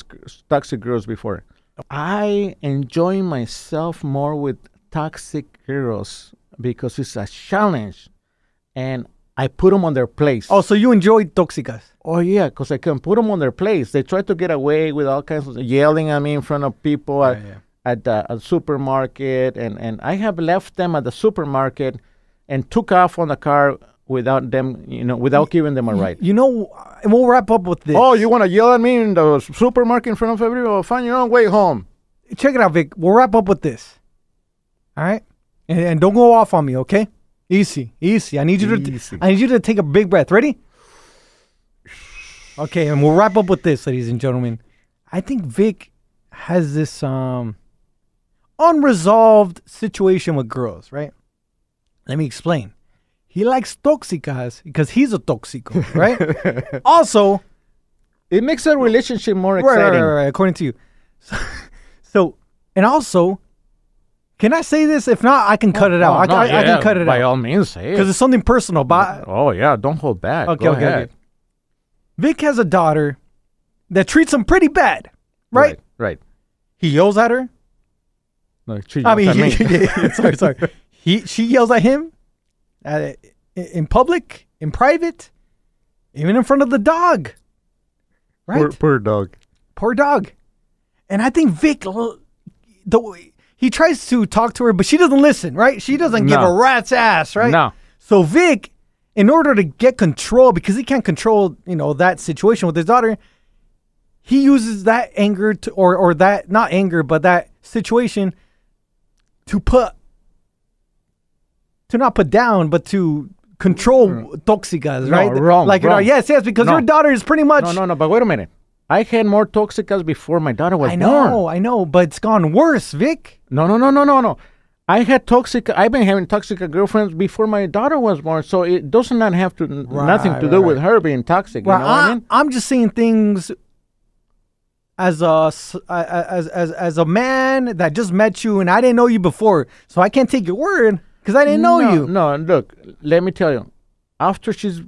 toxic girls before. I enjoy myself more with toxic girls because it's a challenge, and I put them on their place. Oh, so you enjoy toxicas? Oh yeah, because I can put them on their place. They try to get away with all kinds of yelling at me in front of people at, at the at supermarket, and and I have left them at the supermarket, and took off on the car without them, you know, without giving them a ride. You know, uh, and we'll wrap up with this. Oh, you want to yell at me in the supermarket in front of everybody? Well, find your own way home. check it out, Vic. We'll wrap up with this. All right, and, and don't go off on me, okay? Easy, easy. I need you to. Easy. I need you to take a big breath. Ready? Okay, and we'll wrap up with this, ladies and gentlemen. I think Vic has this um unresolved situation with girls, right? Let me explain. He likes toxicas because he's a toxico, right? also, It makes a relationship more Right, exciting. right, right, right, according to you. So, and also, can I say this? If not, I can cut it out. I, Oh, No, I, I yeah, can cut it by out all means, say because it. it's something personal. But Oh yeah, don't hold back. Okay, Go okay, ahead. okay. Vic has a daughter that treats him pretty bad, right? right. He yells at her. No, she I mean, yelled at me. sorry, sorry. He she yells at him, uh, in public, in private, even in front of the dog. Right, poor, poor dog. poor dog. And I think Vic, l- the way- he tries to talk to her, but she doesn't listen. Right, she doesn't give No. a rat's ass. Right, No. So Vic, in order to get control, because he can't control, you know, that situation with his daughter, he uses that anger to, or or that not anger, but that situation to put to not put down, but to control toxicas, right? Mm. wrong, Like you know, wrong. yes, yes, because No. your daughter is pretty much. No, no, no. But wait a minute. I had more toxicas before my daughter was I born. know, I know, but it's gone worse, Vic. No, no, no, no, no, no. I had toxic. I've been having toxic girlfriends before my daughter was born, so it does not have to n- nothing to Right, do right, with her being toxic. Well, you know I, what I mean? am just seeing things as a s- a- as as as a man that just met you and I didn't know you before, so I can't take your word because I didn't know no, you. No, look. Let me tell you. After she's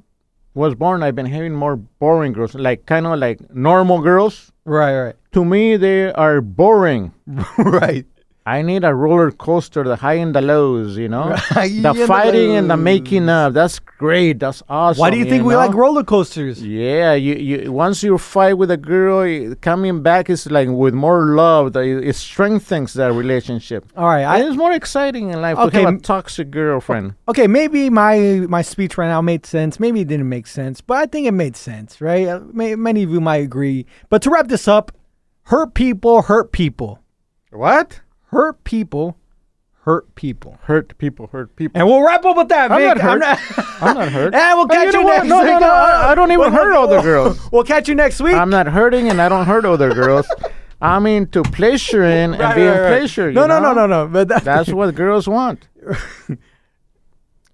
was born, I've been having more boring girls, like kind of like normal girls. Right, To me, they are boring. right, right. I need a roller coaster, the high and the lows, you know? High and the the fighting and the making up. That's great. That's awesome. Why do you think we know? like roller coasters? Yeah, you, you once you fight with a girl, y- coming back is like with more love. that It, it strengthens that relationship. All right, And I it's more exciting in life Okay, to have a m- toxic girlfriend. okay. Maybe my my speech right now made sense. Maybe it didn't make sense, but I think it made sense, right? Uh, May, many of you might agree. But to wrap this up, hurt people, hurt people, What? hurt people, hurt people. Hurt people, hurt people. And we'll wrap up with that, I'm Vic. not hurt. not- I'm not hurt. and we'll Hey, catch you you, know what? next No, week. no, no, I- I don't even We'll- hurt we'll- other girls. We'll catch you next week. I'm not hurting and I don't hurt other girls. I'm into pleasuring and Right, being right, right. pleasured. No, you no, know? no, no, no. But that, That's what girls want. well,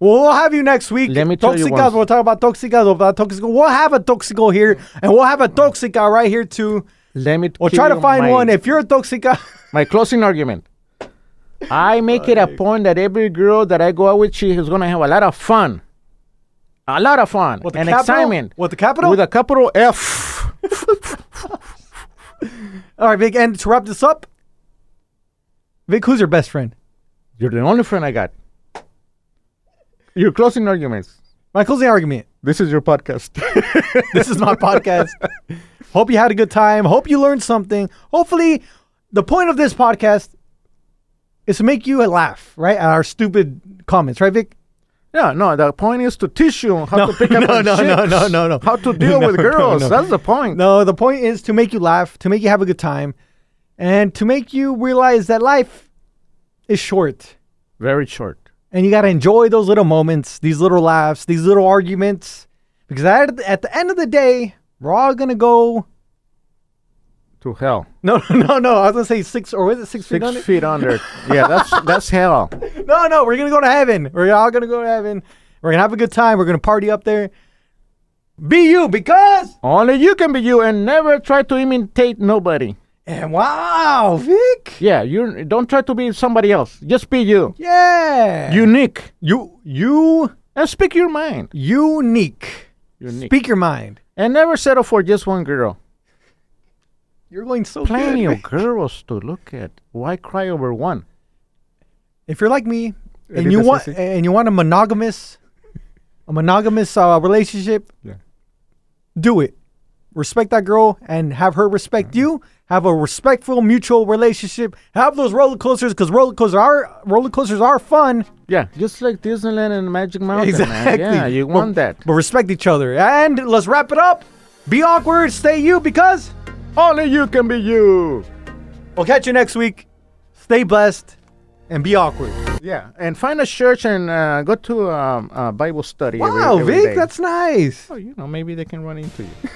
we'll have you next week. Let me tell you Toxicas, one- We'll talk about toxicas. About toxico. We'll have a toxico here, and we'll have a toxica right here too. Let me. We'll give try to you find my- one. If you're a toxica, My closing argument. I make it a point that every girl that I go out with, she is going to have a lot of fun. A lot of fun. With the and capital? excitement. With the capital? With a capital F. all right, Vic. And to wrap this up, Vic, who's your best friend? You're the only friend I got. Your closing arguments. My closing argument. This is your podcast. This is my podcast. Hope you had a good time. Hope you learned something. Hopefully, the point of this podcast is to make you laugh, right? At our stupid comments, right, Vic? yeah, no, the point is to teach you how to pick up no, on no, no, chicks, no, no, no. How to deal No, with no, girls. no. That's the point. No, the point is to make you laugh, to make you have a good time, and to make you realize that life is short Very short. and you got to enjoy those little moments, these little laughs, these little arguments, because at, at the end of the day, we're all going to go. To hell. No, no, no. I was going to say six, or was it six, feet Six under? feet under. yeah, that's that's hell. No, no, we're gonna go to heaven. We're all gonna go to heaven. We're gonna have a good time. We're gonna party up there. Be you because Only you can be you and never try to imitate nobody. and wow, Vic. Yeah, you don't try to be somebody else. Just be you. Yeah. Unique. you you And speak your mind. unique. Unique. Speak your mind. And never settle for just one girl. You're going so Plenty good. of girls to look at. Why cry over one? If you're like me and Edit you this, want Sissy. and you want a monogamous a monogamous uh, relationship, Yeah. do it. Respect that girl and have her respect Mm-hmm. you. Have a respectful mutual relationship. Have those roller coasters because roller coasters are roller coasters are fun. Yeah, just like Disneyland and Magic Mountain. man. Exactly. Yeah, you But- want that. But respect each other. And let's wrap it up. Be awkward, stay you because Only you can be you. we'll catch you next week. Stay blessed and be awkward. Yeah, and find a church and uh, go to um, a Bible study. every- Wow, every Vic, day. that's nice. Oh, you know, maybe they can run into you.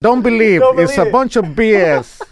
don't believe. Don't it's believe a it. bunch of BS.